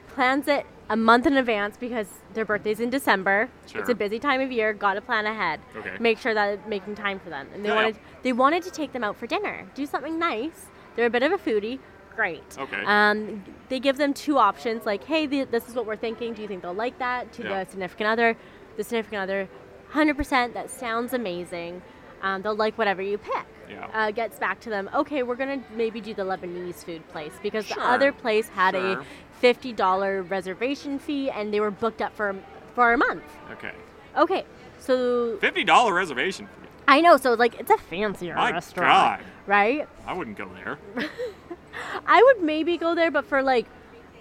Speaker 5: Plans it a month in advance because their birthday's in December. It's
Speaker 4: Sure.
Speaker 5: a busy time of year. Got to plan ahead.
Speaker 4: Okay.
Speaker 5: Make sure that making time for them, and they
Speaker 4: Yeah, yeah.
Speaker 5: wanted they wanted to take them out for dinner, do something nice. They're a bit of a foodie. Great.
Speaker 4: Okay.
Speaker 5: Um, they give them two options, like, hey, th- this is what we're thinking. Do you think they'll like that? To
Speaker 4: Yeah.
Speaker 5: the significant other, the significant other, 100%. That sounds amazing. Um, they'll like whatever you pick.
Speaker 4: Yeah.
Speaker 5: Uh, gets back to them. Okay, we're gonna maybe do the Lebanese food place because
Speaker 4: Sure.
Speaker 5: the other place had
Speaker 4: Sure.
Speaker 5: a fifty dollar reservation fee and they were booked up for for a month.
Speaker 4: Okay.
Speaker 5: Okay, so
Speaker 4: Fifty dollar reservation fee.
Speaker 5: I know. So like, it's a fancier
Speaker 4: My
Speaker 5: restaurant,
Speaker 4: God.
Speaker 5: right?
Speaker 4: I wouldn't go there.
Speaker 5: I would maybe go there, but for like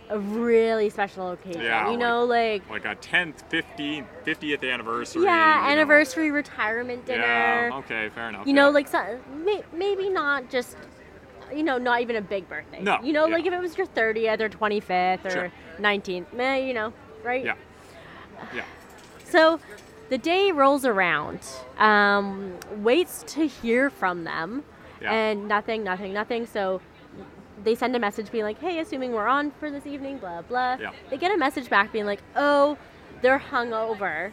Speaker 5: a really special occasion.
Speaker 4: Yeah,
Speaker 5: you
Speaker 4: like-
Speaker 5: know, like,
Speaker 4: Like a tenth, fifteenth, fiftieth anniversary. you
Speaker 5: yeah,
Speaker 4: know.
Speaker 5: anniversary, retirement dinner.
Speaker 4: Yeah. Okay. Fair enough.
Speaker 5: You know,
Speaker 4: yeah.
Speaker 5: like so, may, maybe not just, you know, not even a big birthday.
Speaker 4: No,
Speaker 5: You know,
Speaker 4: yeah.
Speaker 5: like if it was your 30th or 25th
Speaker 4: Sure.
Speaker 5: or 19th, meh, you know, right?
Speaker 4: Yeah. Yeah.
Speaker 5: So the day rolls around, um, waits to hear from them,
Speaker 4: Yeah.
Speaker 5: and nothing, nothing, nothing. So they send a message being like, hey, assuming we're on for this evening, blah, blah.
Speaker 4: Yeah.
Speaker 5: They get a message back being like, oh, they're
Speaker 4: (laughs)
Speaker 5: hungover.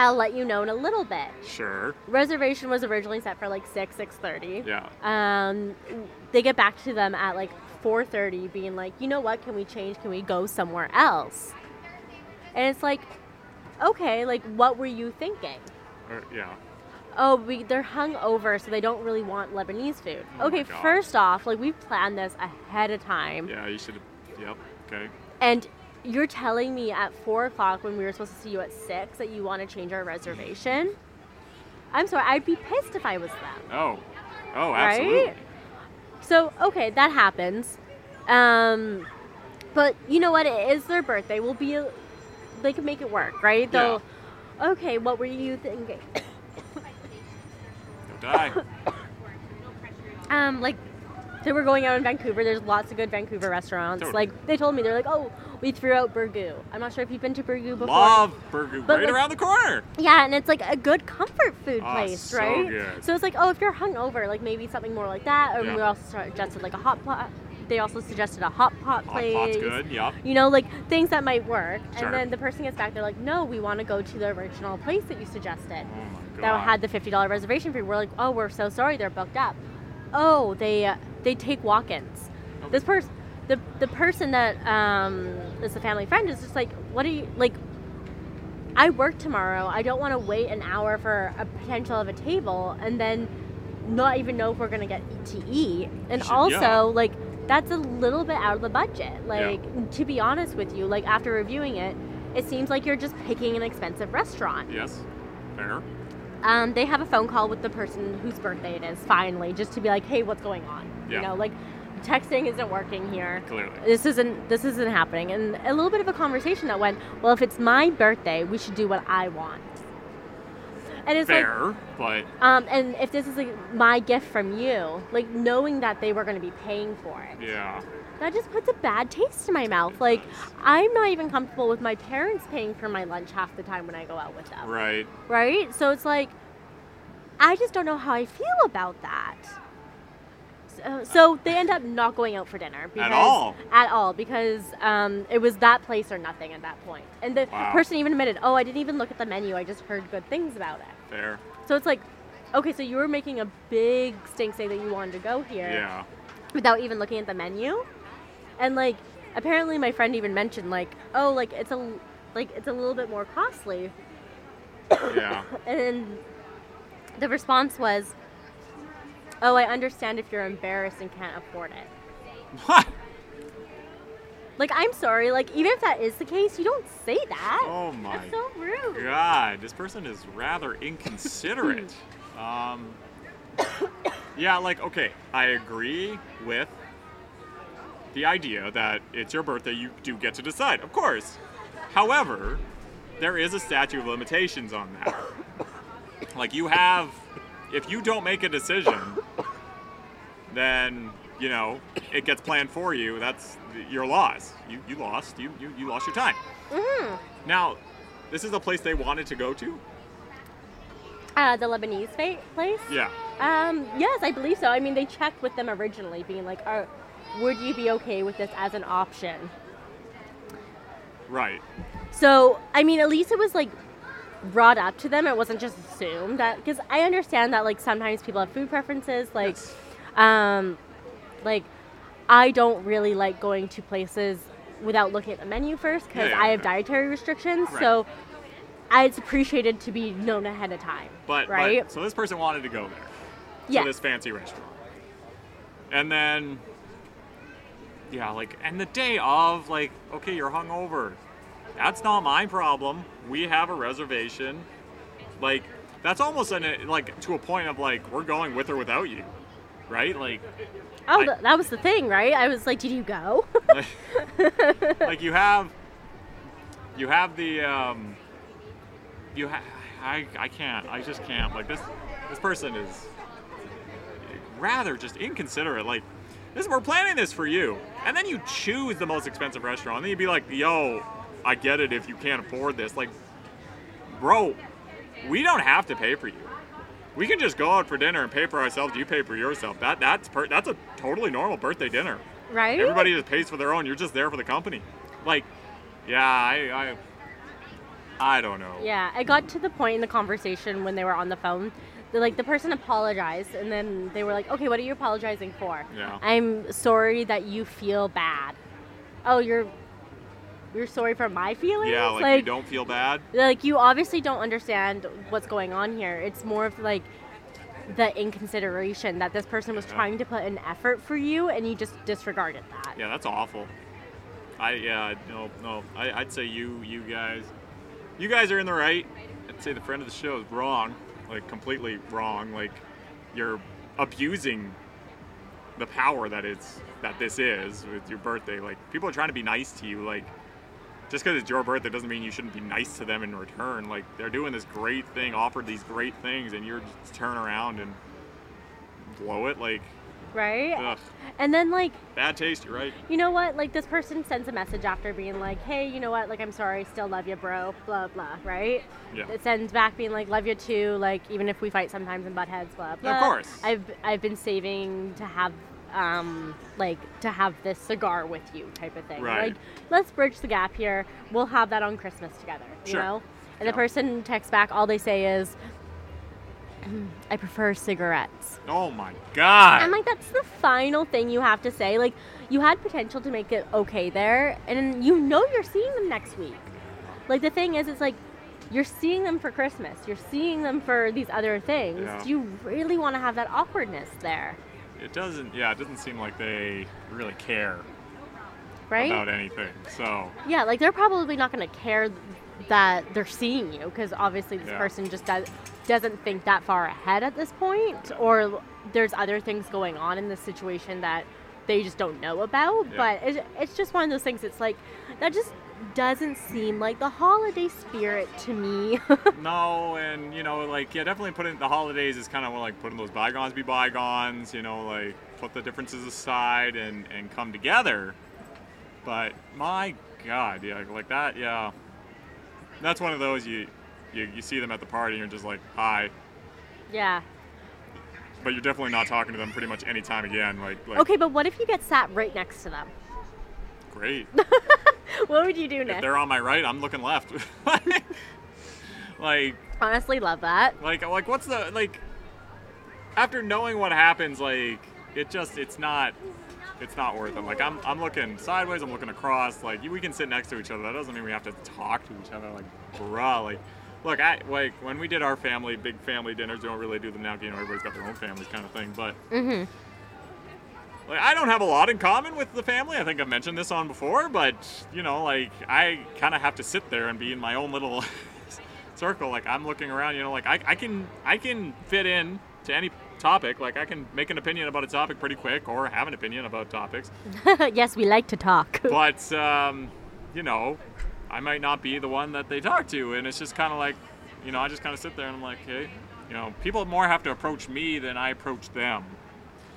Speaker 5: I'll let you know in a little bit.
Speaker 4: sure.
Speaker 5: Reservation was originally set for like 6, 6.30.
Speaker 4: Yeah.
Speaker 5: Um, they get back to them at like 4.30 being like, you know what, can we change? Can we go somewhere else? And it's like, okay, like what were you thinking?
Speaker 4: Or- Er, yeah.
Speaker 5: oh, we, they're hungover, so they don't really want Lebanese food.
Speaker 4: Oh my
Speaker 5: okay,
Speaker 4: God.
Speaker 5: first off, like we've planned this ahead of time,
Speaker 4: Yeah. You should. Yep. Okay.
Speaker 5: and you're telling me at four o'clock when we were supposed to see you at six that you want to change our reservation. I'm sorry, I'd be pissed if I was them,
Speaker 4: Oh. Oh, absolutely.
Speaker 5: right? So okay, that happens, um, but you know what? It is their birthday. We'll be, they can make it work, right?
Speaker 4: Yeah.
Speaker 5: They'll, okay, what were you thinking? (coughs)
Speaker 4: Don't die.
Speaker 5: Um, like they were going out in Vancouver. There's lots of good Vancouver restaurants.
Speaker 4: Totally.
Speaker 5: Like they told me, they're like, oh, we threw out Burgoo. I'm not sure if you've been to Burgoo (laughs) before.
Speaker 4: Love burger
Speaker 5: But
Speaker 4: right
Speaker 5: like-
Speaker 4: around the corner.
Speaker 5: Yeah, and it's like a good comfort food
Speaker 4: Ah,
Speaker 5: place,
Speaker 4: so
Speaker 5: right?
Speaker 4: good.
Speaker 5: So it's like, oh, if you're hungover, like maybe something more like that. Or
Speaker 4: Yeah.
Speaker 5: we also suggested like a hot pot. They also suggested a hot pot
Speaker 4: Hot
Speaker 5: place.
Speaker 4: pot's good. Yep.
Speaker 5: You know, like things that might work.
Speaker 4: Sure.
Speaker 5: And then the person gets back, they're like, no, we want to go to the original place that you suggested
Speaker 4: Oh my god.
Speaker 5: that had the fifty dollar reservation fee. We're like, oh, we're so sorry, they're booked up. Oh, they uh, they take walk-ins.
Speaker 4: Okay.
Speaker 5: This person, the the person that um, is a family friend is just like, what are you like? I work tomorrow. I don't want to wait an hour for a potential of a table and then not even know if we're gonna get to eat. And
Speaker 4: Shit,
Speaker 5: also
Speaker 4: yeah.
Speaker 5: like that's a little bit out of the budget. Like to be honest with you, like after reviewing it, it seems like you're just picking an expensive restaurant.
Speaker 4: Yes. Fair.
Speaker 5: Um, they have a phone call with the person whose birthday it is finally, just to be like, hey, what's going on?
Speaker 4: Yeah.
Speaker 5: You know, like texting isn't working here.
Speaker 4: Clearly.
Speaker 5: This isn't this isn't happening. And a little bit of a conversation that went, well, if it's my birthday, we should do what I want. And it's like,
Speaker 4: Fair, but
Speaker 5: um, and if this is like my gift from you, like knowing that they were going to be paying for it,
Speaker 4: yeah.
Speaker 5: that just puts a bad taste in my mouth.
Speaker 4: It
Speaker 5: Like,
Speaker 4: does.
Speaker 5: I'm not even comfortable with my parents paying for my lunch half the time when I go out with them
Speaker 4: Right.
Speaker 5: right? So it's like, I just don't know how I feel about that. So, so they end up not going out for dinner because,
Speaker 4: all?
Speaker 5: at all because um, it was that place or nothing at that point. And the
Speaker 4: Wow.
Speaker 5: person even admitted, "Oh, I didn't even look at the menu. I just heard good things about it."
Speaker 4: Fair.
Speaker 5: So it's like, okay, so you were making a big stink say that you wanted to go here
Speaker 4: Yeah.
Speaker 5: without even looking at the menu and like apparently my friend even mentioned like oh like it's a like it's a little bit more costly
Speaker 4: Yeah. (laughs)
Speaker 5: and the response was, "Oh, I understand if you're embarrassed and can't afford it."
Speaker 4: What?
Speaker 5: Like, I'm sorry. Like, even if that is the case, you don't say that.
Speaker 4: Oh my
Speaker 5: That's so rude.
Speaker 4: God, this person is rather inconsiderate. um, yeah, like, okay, I agree with the idea that it's your birthday, you do get to decide, of course. However, there is a statute of limitations on that. like, you have, if you don't make a decision, then, you know, it gets planned for you. That's your loss. You, you lost. You, you, you lost your time.
Speaker 5: Mhm.
Speaker 4: Now, this is a place they wanted to go to?
Speaker 5: Uh, the Lebanese fa- place.
Speaker 4: Yeah.
Speaker 5: Um, yes, I believe so. I mean, they checked with them originally, being like, "Are would you be okay with this as an option?"
Speaker 4: Right.
Speaker 5: So, I mean, at least it was like brought up to them. It wasn't just assumed that because I understand that like sometimes people have food preferences. Like,
Speaker 4: Yes.
Speaker 5: um, like I don't really like going to places without looking at the menu first because
Speaker 4: Yeah, yeah,
Speaker 5: I have
Speaker 4: yeah.
Speaker 5: dietary restrictions.
Speaker 4: Right.
Speaker 5: So, I, it's appreciated to be known ahead of time.
Speaker 4: But, but-
Speaker 5: right?
Speaker 4: so this person wanted to go there.
Speaker 5: yeah.
Speaker 4: To this fancy restaurant. And then yeah, like and the day of like okay, you're hungover. That's not my problem. We have a reservation. Like that's almost an like to a point of like we're going with or without you. Right? Like
Speaker 5: oh,
Speaker 4: I-
Speaker 5: th- that was the thing, right? I was like, did you go? (laughs)
Speaker 4: like, (laughs) like you have you have the um you ha- I, I can't i just can't like this this person is rather just inconsiderate like this we're planning this for you and then you choose the most expensive restaurant and then you'd be like yo i get it if you can't afford this like bro we don't have to pay for you We can just go out for dinner and pay for ourselves. You pay for yourself. That that's per- that's a totally normal birthday dinner.
Speaker 5: Right?
Speaker 4: Everybody just pays for their own. You're just there for the company. Like, yeah, I I, I don't know.
Speaker 5: Yeah, I got to the point in the conversation when they were on the phone. that, Like the person apologized, and then they were like, "Okay, what are you apologizing for?"
Speaker 4: Yeah.
Speaker 5: I'm sorry that you feel bad. Oh, you're you're sorry for my feelings.
Speaker 4: Yeah, like, you don't feel bad.
Speaker 5: like you obviously don't understand what's going on here. It's more of like the inconsideration that this person was
Speaker 4: Yeah.
Speaker 5: trying to put an effort for you, and you just disregarded that.
Speaker 4: Yeah, that's awful. I yeah no no. I, I'd say you you guys, you guys are in the right. I'd say the friend of the show is wrong, like completely wrong. Like you're abusing the power that it's that this is with your birthday. Like people are trying to be nice to you. Like just because it's your birthday doesn't mean you shouldn't be nice to them in return. Like they're doing this great thing, offered these great things, and you're just turn around and blow it. Like
Speaker 5: Right?
Speaker 4: ugh,
Speaker 5: And then like
Speaker 4: bad taste. You're right.
Speaker 5: you know what? Like this person sends a message after being like, "Hey, you know what? Like I'm sorry, still love you, bro." Blah blah. Right?
Speaker 4: Yeah.
Speaker 5: It sends back being like, "Love you too." Like even if we fight sometimes and butt heads, blah blah.
Speaker 4: course.
Speaker 5: I've I've been saving to have um like to have this cigar with you type of thing.
Speaker 4: Right.
Speaker 5: Like let's bridge the gap here. We'll have that on Christmas together.
Speaker 4: Sure.
Speaker 5: You know. And
Speaker 4: Yeah.
Speaker 5: the person texts back. All they say is, (clears throat) "I prefer cigarettes."
Speaker 4: Oh my god.
Speaker 5: And like that's the final thing you have to say. Like you had potential to make it okay there, and you know you're seeing them next week. Like the thing is, it's like you're seeing them for Christmas. You're seeing them for these other things.
Speaker 4: Yeah.
Speaker 5: Do you really want to have that awkwardness there,
Speaker 4: it doesn't yeah it doesn't seem like they really care
Speaker 5: right?
Speaker 4: about anything
Speaker 5: (laughs)
Speaker 4: so
Speaker 5: Yeah, like they're probably not going to care that they're seeing you because obviously this
Speaker 4: Yeah.
Speaker 5: person just does, doesn't think that far ahead at this point, or there's other things going on in this situation that they just don't know about.
Speaker 4: Yeah.
Speaker 5: But it's, it's just one of those things. It's like that just doesn't seem like the holiday spirit to me. (laughs)
Speaker 4: no and you know like yeah definitely putting the holidays is kind of like putting those bygones be bygones you know like put the differences aside and and come together but my god yeah like that yeah that's one of those you you, you see them at the party and you're just like hi
Speaker 5: yeah.
Speaker 4: but you're definitely not talking to them pretty much any time again like, like
Speaker 5: Okay, but what if you get sat right next to them? (laughs)
Speaker 4: great
Speaker 5: What would you do
Speaker 4: if
Speaker 5: next?
Speaker 4: they're on my right i'm looking left (laughs) like
Speaker 5: Honestly, love that. (laughs)
Speaker 4: Like, like what's the like? After knowing what happens, like it just it's not it's not worth it. Like I'm I'm looking sideways, I'm looking across. Like we can sit next to each other. That doesn't mean we have to talk to each other. Like bruh, like look, I like when we did our family big family dinners. We don't really do them now. 'cause, You know, everybody's got their own families, kind of thing. But
Speaker 5: Mm-hmm.
Speaker 4: like I don't have a lot in common with the family. I think I've mentioned this on before, but you know, like I kind of have to sit there and be in my own little (laughs) circle. Like I'm looking around, you know, like I, I can I can fit in to any topic. Like I can make an opinion about a topic pretty quick, or have an opinion about topics.
Speaker 5: yes, we like to talk. (laughs)
Speaker 4: But um, you know, I might not be the one that they talk to, and it's just kind of like, you know, I just kind of sit there and I'm like, hey, you know, people more have to approach me than I approach them.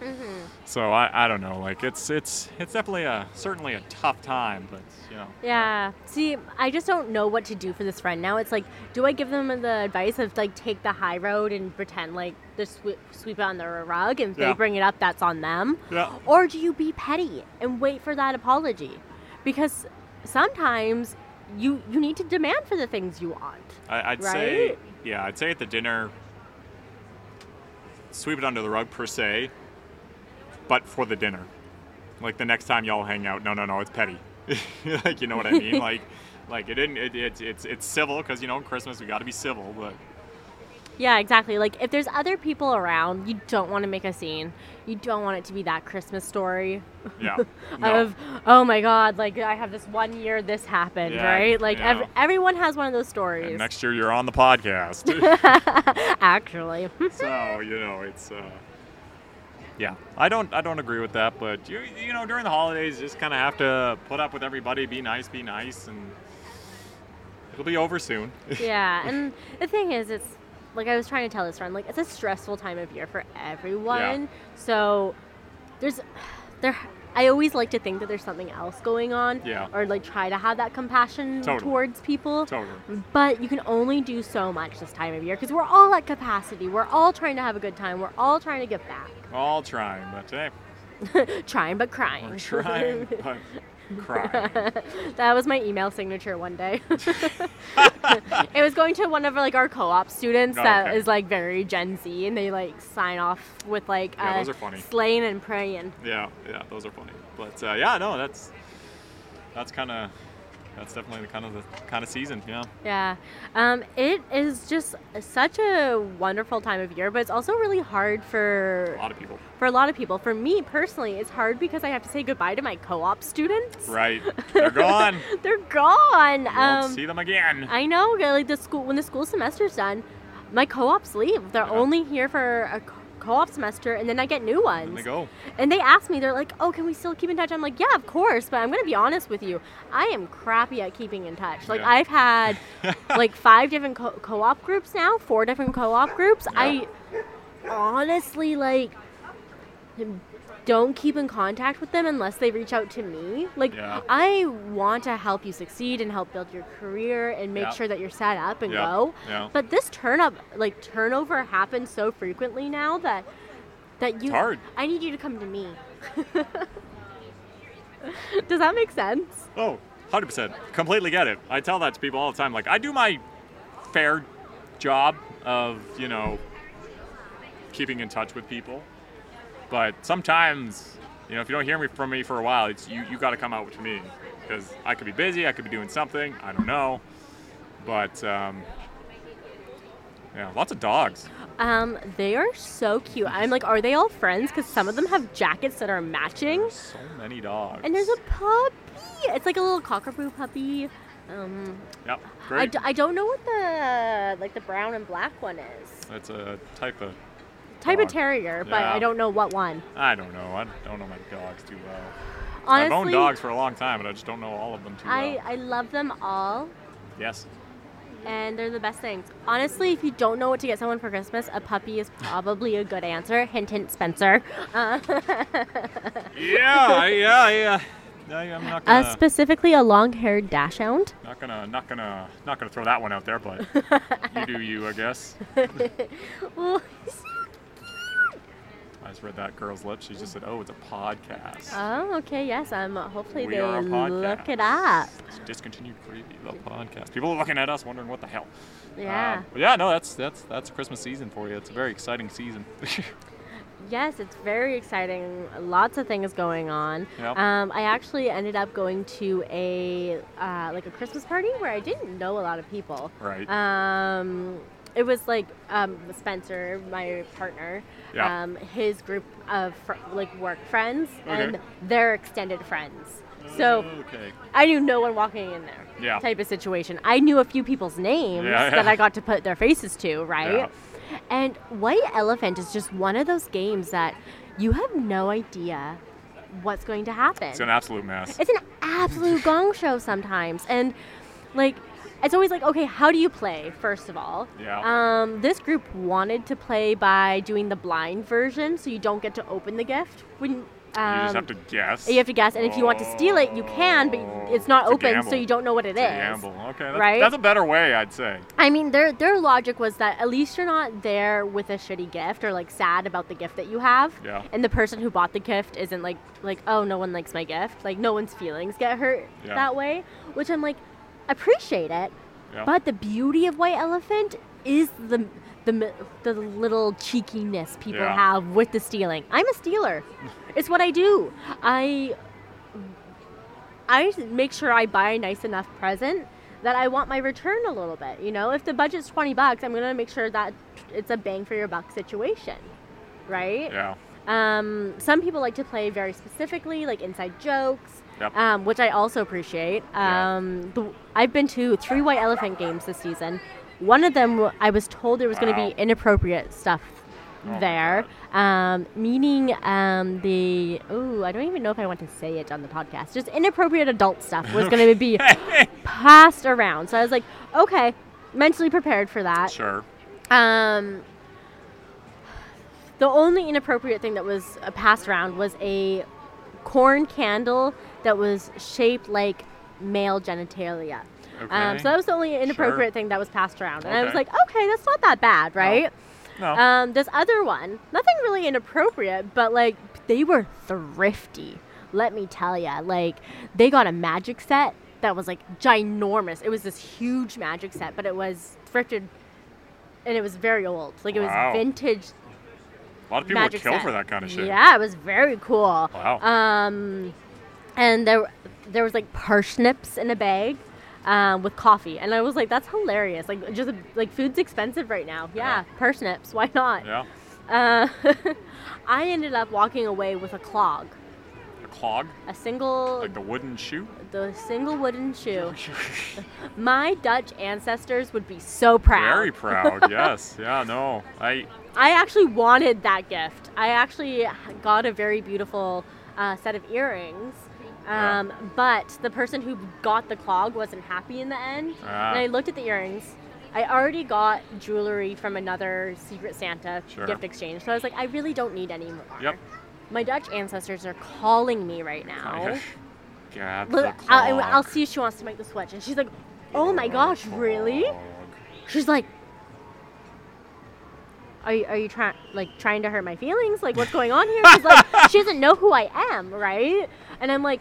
Speaker 5: mm-hmm.
Speaker 4: So I, I don't know. Like it's it's it's definitely a certainly a tough time, but you know.
Speaker 5: Yeah. See, I just don't know what to do for this friend now. It's like, do I give them the advice of like take the high road and pretend like the sweep, sweep it on the rug, and if
Speaker 4: Yeah.
Speaker 5: they bring it up, that's on them,
Speaker 4: Yeah.
Speaker 5: or do you be petty and wait for that apology? Because sometimes you you need to demand for the things you want.
Speaker 4: I, I'd say
Speaker 5: Right?
Speaker 4: yeah. I'd say at the dinner, sweep it under the rug per se, but for the dinner, like the next time y'all hang out. No, no, no. It's petty. (laughs) like you know what I mean? like like it didn't. It, it, it's it's civil because you know Christmas we got to be civil, but
Speaker 5: Yeah, exactly. Like if there's other people around, you don't want to make a scene. You don't want it to be that Christmas story
Speaker 4: yeah. No.
Speaker 5: of oh my god, like I have this one year this happened,
Speaker 4: Yeah,
Speaker 5: right? Like
Speaker 4: yeah.
Speaker 5: ev- everyone has one of those stories.
Speaker 4: and next year you're on the podcast. (laughs)
Speaker 5: Actually, (laughs)
Speaker 4: so you know it's uh yeah i don't i don't agree with that but you you know during the holidays you just kind of have to put up with everybody be nice be nice and it'll be over soon (laughs)
Speaker 5: yeah. And the thing is, it's like I was trying to tell this friend, like it's a stressful time of year for everyone. So there's there I always like to think that there's something else going on.
Speaker 4: Yeah.
Speaker 5: Or like try to have that compassion
Speaker 4: Totally.
Speaker 5: towards people.
Speaker 4: Totally.
Speaker 5: But you can only do so much this time of year because we're all at capacity. We're all trying to have a good time. We're all trying to give back.
Speaker 4: All trying, but hey,
Speaker 5: trying but (laughs) crying.
Speaker 4: we're trying, but crying.
Speaker 5: (laughs) that was my email signature one
Speaker 4: (laughs)
Speaker 5: day. (laughs) it was going to one of like our co-op students
Speaker 4: Oh,
Speaker 5: that
Speaker 4: okay.
Speaker 5: is like very Gen Z, and they like sign off with like
Speaker 4: Yeah,
Speaker 5: uh,
Speaker 4: those are funny.
Speaker 5: slaying and praying.
Speaker 4: Yeah, yeah, those are funny. But uh, yeah, no, that's that's kind of that's definitely the kind of the kind of season. Yeah,
Speaker 5: Yeah, um, it is just such a wonderful time of year, but it's also really hard for
Speaker 4: a lot of people.
Speaker 5: for a lot of people. For me personally, it's hard because I have to say goodbye to my co-op students.
Speaker 4: Right, they're gone. You
Speaker 5: (laughs) They're gone.
Speaker 4: won't see them again.
Speaker 5: Um, I know, yeah, like the school when the school semester's done, my co-ops leave. They're
Speaker 4: Yeah.
Speaker 5: only here for a co- co-op semester, and then I get new ones.
Speaker 4: And they go.
Speaker 5: And they ask me, they're like, "Oh, can we still keep in touch?" I'm like, "Yeah, of course," but I'm gonna be honest with you, I am crappy at keeping in touch. Like
Speaker 4: Yeah.
Speaker 5: I've
Speaker 4: (laughs)
Speaker 5: had like five different co- co-op groups now, four different co-op groups.
Speaker 4: Yeah.
Speaker 5: I honestly like don't keep in contact with them unless they reach out to me. Like
Speaker 4: Yeah.
Speaker 5: I want to help you succeed and help build your career and make
Speaker 4: Yeah.
Speaker 5: sure that you're set up and
Speaker 4: Yeah.
Speaker 5: go.
Speaker 4: Yeah.
Speaker 5: But this turn up like turnover happens so frequently now that that you
Speaker 4: hard.
Speaker 5: I need you to come to me. (laughs) Does that make sense?
Speaker 4: Oh, 100%. Completely get it. I tell that to people all the time. Like, I do my fair job of, you know, keeping in touch with people. But sometimes, you know, if you don't hear me from me for a while, it's you, you got to come out to me because I could be busy, I could be doing something, I don't know. But, um, yeah, lots of dogs.
Speaker 5: Um, they are so cute. I'm like, are they all friends? Because some of them have jackets that are matching.
Speaker 4: So many dogs.
Speaker 5: And there's a puppy. It's like a little cockapoo puppy. Um,
Speaker 4: Yep,
Speaker 5: I,
Speaker 4: great.
Speaker 5: d- I don't know what the like the brown and black one is.
Speaker 4: That's a type of.
Speaker 5: Type of
Speaker 4: Dog.
Speaker 5: terrier, but
Speaker 4: Yeah.
Speaker 5: I don't know what one.
Speaker 4: I don't know. I don't know my dogs too well.
Speaker 5: Honestly,
Speaker 4: I've owned dogs for a long time, and I just don't know all of them too
Speaker 5: I,
Speaker 4: well.
Speaker 5: I love them all,
Speaker 4: Yes.
Speaker 5: and they're the best things. Honestly, if you don't know what to get someone for Christmas, a puppy is probably a good answer. Hint, hint, Spencer. Uh,
Speaker 4: Yeah, (laughs) I- yeah, yeah. No, I'm not
Speaker 5: uh,
Speaker 4: gonna,
Speaker 5: specifically, a long-haired dashhound.
Speaker 4: not gonna, not gonna, not gonna throw that one out there. (laughs) But you do you, I guess.
Speaker 5: Well,
Speaker 4: I just read that girl's lips. She just said, "Oh, it's a podcast."
Speaker 5: oh, okay, yes. Um, hopefully
Speaker 4: we
Speaker 5: they
Speaker 4: are a podcast.
Speaker 5: look it up.
Speaker 4: It's discontinued creepy the podcast. People are looking at us, wondering what the hell.
Speaker 5: Yeah.
Speaker 4: Um, but yeah, no, that's that's that's Christmas season for you. It's a very exciting season. (laughs)
Speaker 5: Yes, it's very exciting. Lots of things going on.
Speaker 4: Yeah.
Speaker 5: Um, I actually ended up going to a uh, like a Christmas party where I didn't know a lot of people.
Speaker 4: Right.
Speaker 5: Um, it was like um, Spencer, my partner,
Speaker 4: Yeah.
Speaker 5: um, his group of fr- like work friends
Speaker 4: Okay.
Speaker 5: and their extended friends. So
Speaker 4: okay.
Speaker 5: I knew no one walking in there.
Speaker 4: Yeah.
Speaker 5: Type of situation. I knew a few people's names
Speaker 4: Yeah. (laughs)
Speaker 5: that I got to put their faces to,
Speaker 4: Yeah.
Speaker 5: right? And White Elephant is just one of those games that you have no idea what's going to happen.
Speaker 4: It's an absolute (laughs) mess.
Speaker 5: It's an absolute gong show sometimes. And like it's always like, okay, how do you play, first of all?
Speaker 4: Yeah.
Speaker 5: Um, this group wanted to play by doing the blind version, so you don't get to open the gift when um,
Speaker 4: you just have to guess.
Speaker 5: you have to guess, and if you want to steal it, you can, but it's not
Speaker 4: Oh, It's a
Speaker 5: open, so
Speaker 4: gamble.
Speaker 5: you don't know what it is.
Speaker 4: It's a gamble. Okay, that's,
Speaker 5: right?
Speaker 4: that's a better way, I'd say.
Speaker 5: I mean, their their logic was that at least you're not there with a shitty gift or like sad about the gift that you have.
Speaker 4: Yeah.
Speaker 5: And the person who bought the gift isn't like like oh no one likes my gift. Like no one's feelings get hurt
Speaker 4: Yeah.
Speaker 5: that way, which I'm like appreciate it.
Speaker 4: Yeah.
Speaker 5: But the beauty of White Elephant is the the mi- the little cheekiness people
Speaker 4: Yeah.
Speaker 5: have with the stealing. I'm a stealer. it's what I do. I I make sure I buy a nice enough present that I want my return a little bit. You know, if the budget's 20 bucks, I'm going to make sure that it's a bang for your buck situation. Right?
Speaker 4: Yeah.
Speaker 5: Um, some people like to play very specifically, like inside jokes,
Speaker 4: Yep.
Speaker 5: um, which I also appreciate.
Speaker 4: Yeah.
Speaker 5: Um, the, I've been to three white elephant games this season. One of them, w- I was told there was going
Speaker 4: Wow.
Speaker 5: to be inappropriate stuff
Speaker 4: Oh my
Speaker 5: there, um, meaning um, the oh, I don't even know if I want to say it on the podcast. Just inappropriate adult stuff was going to
Speaker 4: (laughs)
Speaker 5: be passed around. So I was like, okay, mentally prepared for that.
Speaker 4: Sure.
Speaker 5: Um, the only inappropriate thing that was uh, passed around was a corn candle that was shaped like male genitalia. Um,
Speaker 4: Okay.
Speaker 5: so that was the only inappropriate thing that was passed around. And I was
Speaker 4: Okay.
Speaker 5: like, okay, that's not that bad, right?
Speaker 4: No.
Speaker 5: Um, this other one, nothing really inappropriate, but like they were thrifty. Let me tell ya, like they got a magic set that was like ginormous. It was this huge magic set, but it was thrifted, and it was very old. Like it was
Speaker 4: Wow.
Speaker 5: vintage.
Speaker 4: a lot of people would
Speaker 5: magic
Speaker 4: kill
Speaker 5: set.
Speaker 4: for that kind of shit.
Speaker 5: Yeah, it was very cool.
Speaker 4: Wow.
Speaker 5: Um, and there, there was like parsnips in a bag. Um, with coffee, and I was like, "That's hilarious! Like, just like food's expensive right now. Yeah,
Speaker 4: Yeah.
Speaker 5: parsnips. Why not?
Speaker 4: yeah.
Speaker 5: Uh, (laughs) I ended up walking away with a clog,
Speaker 4: A clog,
Speaker 5: a single,
Speaker 4: like the
Speaker 5: (laughs)
Speaker 4: wooden shoe.
Speaker 5: the single wooden shoe. My Dutch ancestors would be so proud.
Speaker 4: (laughs)
Speaker 5: (laughs)
Speaker 4: Very proud. yes. Yeah. No. I.
Speaker 5: I actually wanted that gift. I actually got a very beautiful uh, set of earrings. Um, But the person who got the clog wasn't happy in the end.
Speaker 4: Ah.
Speaker 5: And I looked at the earrings. I already got jewelry from another Secret Santa
Speaker 4: Sure.
Speaker 5: gift exchange. So I was like, I really don't need any more.
Speaker 4: Yep.
Speaker 5: My Dutch ancestors are calling me right
Speaker 4: (laughs)
Speaker 5: now.
Speaker 4: I- God.
Speaker 5: Look,
Speaker 4: the
Speaker 5: I'll, I'll
Speaker 4: clog.
Speaker 5: see if she wants to make the switch. And she's like, oh my gosh, really?
Speaker 4: Clog.
Speaker 5: She's like, "Are you are you trying like trying to hurt my feelings? Like what's going on here?" She's like, she doesn't know who I am, right? And I'm like,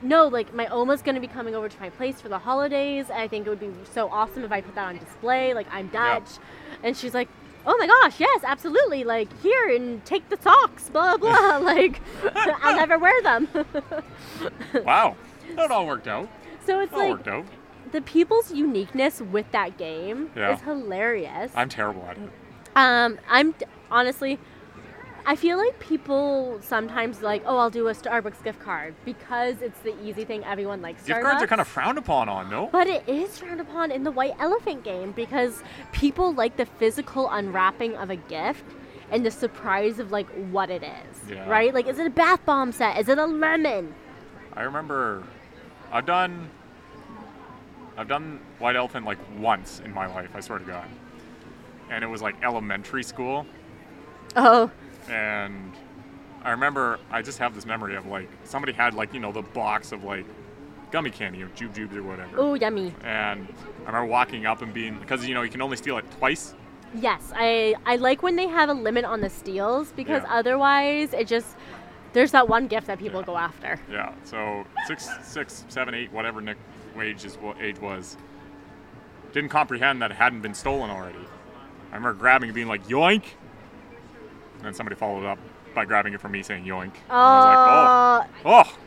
Speaker 5: no, like my Oma's gonna be coming over to my place for the holidays. I think it would be so awesome if I put that on display. Like I'm Dutch, and she's like. Oh my gosh, yes, absolutely. Like, here and take the socks, blah, blah. (laughs) like, I'll never wear them. (laughs)
Speaker 4: Wow. That all worked out.
Speaker 5: so it's
Speaker 4: That all
Speaker 5: like
Speaker 4: worked out.
Speaker 5: the people's uniqueness with that game
Speaker 4: Yeah.
Speaker 5: is hilarious.
Speaker 4: I'm terrible at it.
Speaker 5: Um, I'm honestly, I feel like people sometimes like, oh, I'll do a Starbucks gift card because it's the easy thing. Everyone likes
Speaker 4: Gift
Speaker 5: Starbucks.
Speaker 4: cards are kind of frowned upon on, no?
Speaker 5: But it is frowned upon in the White Elephant game because people like the physical unwrapping of a gift and the surprise of like what it is,
Speaker 4: Yeah.
Speaker 5: right? Like, is it a bath bomb set? Is it a lemon?
Speaker 4: I remember I've done I've done White Elephant like once in my life, I swear to God. And it was like elementary school.
Speaker 5: Oh,
Speaker 4: And I remember I just have this memory of like somebody had like, you know, the box of like gummy candy or jujubes or whatever.
Speaker 5: oh, yummy.
Speaker 4: And I remember walking up and being because you know you can only steal it twice.
Speaker 5: Yes, I I like when they have a limit on the steals because
Speaker 4: Yeah.
Speaker 5: otherwise it just there's that one gift that people
Speaker 4: Yeah.
Speaker 5: go after.
Speaker 4: Yeah. So six, six, seven, eight, whatever Nick wage is what age was. Didn't comprehend that it hadn't been stolen already. I remember grabbing and being like yoink, and then somebody followed up by grabbing it from me saying yoink. And
Speaker 5: Oh,
Speaker 4: I was like, oh,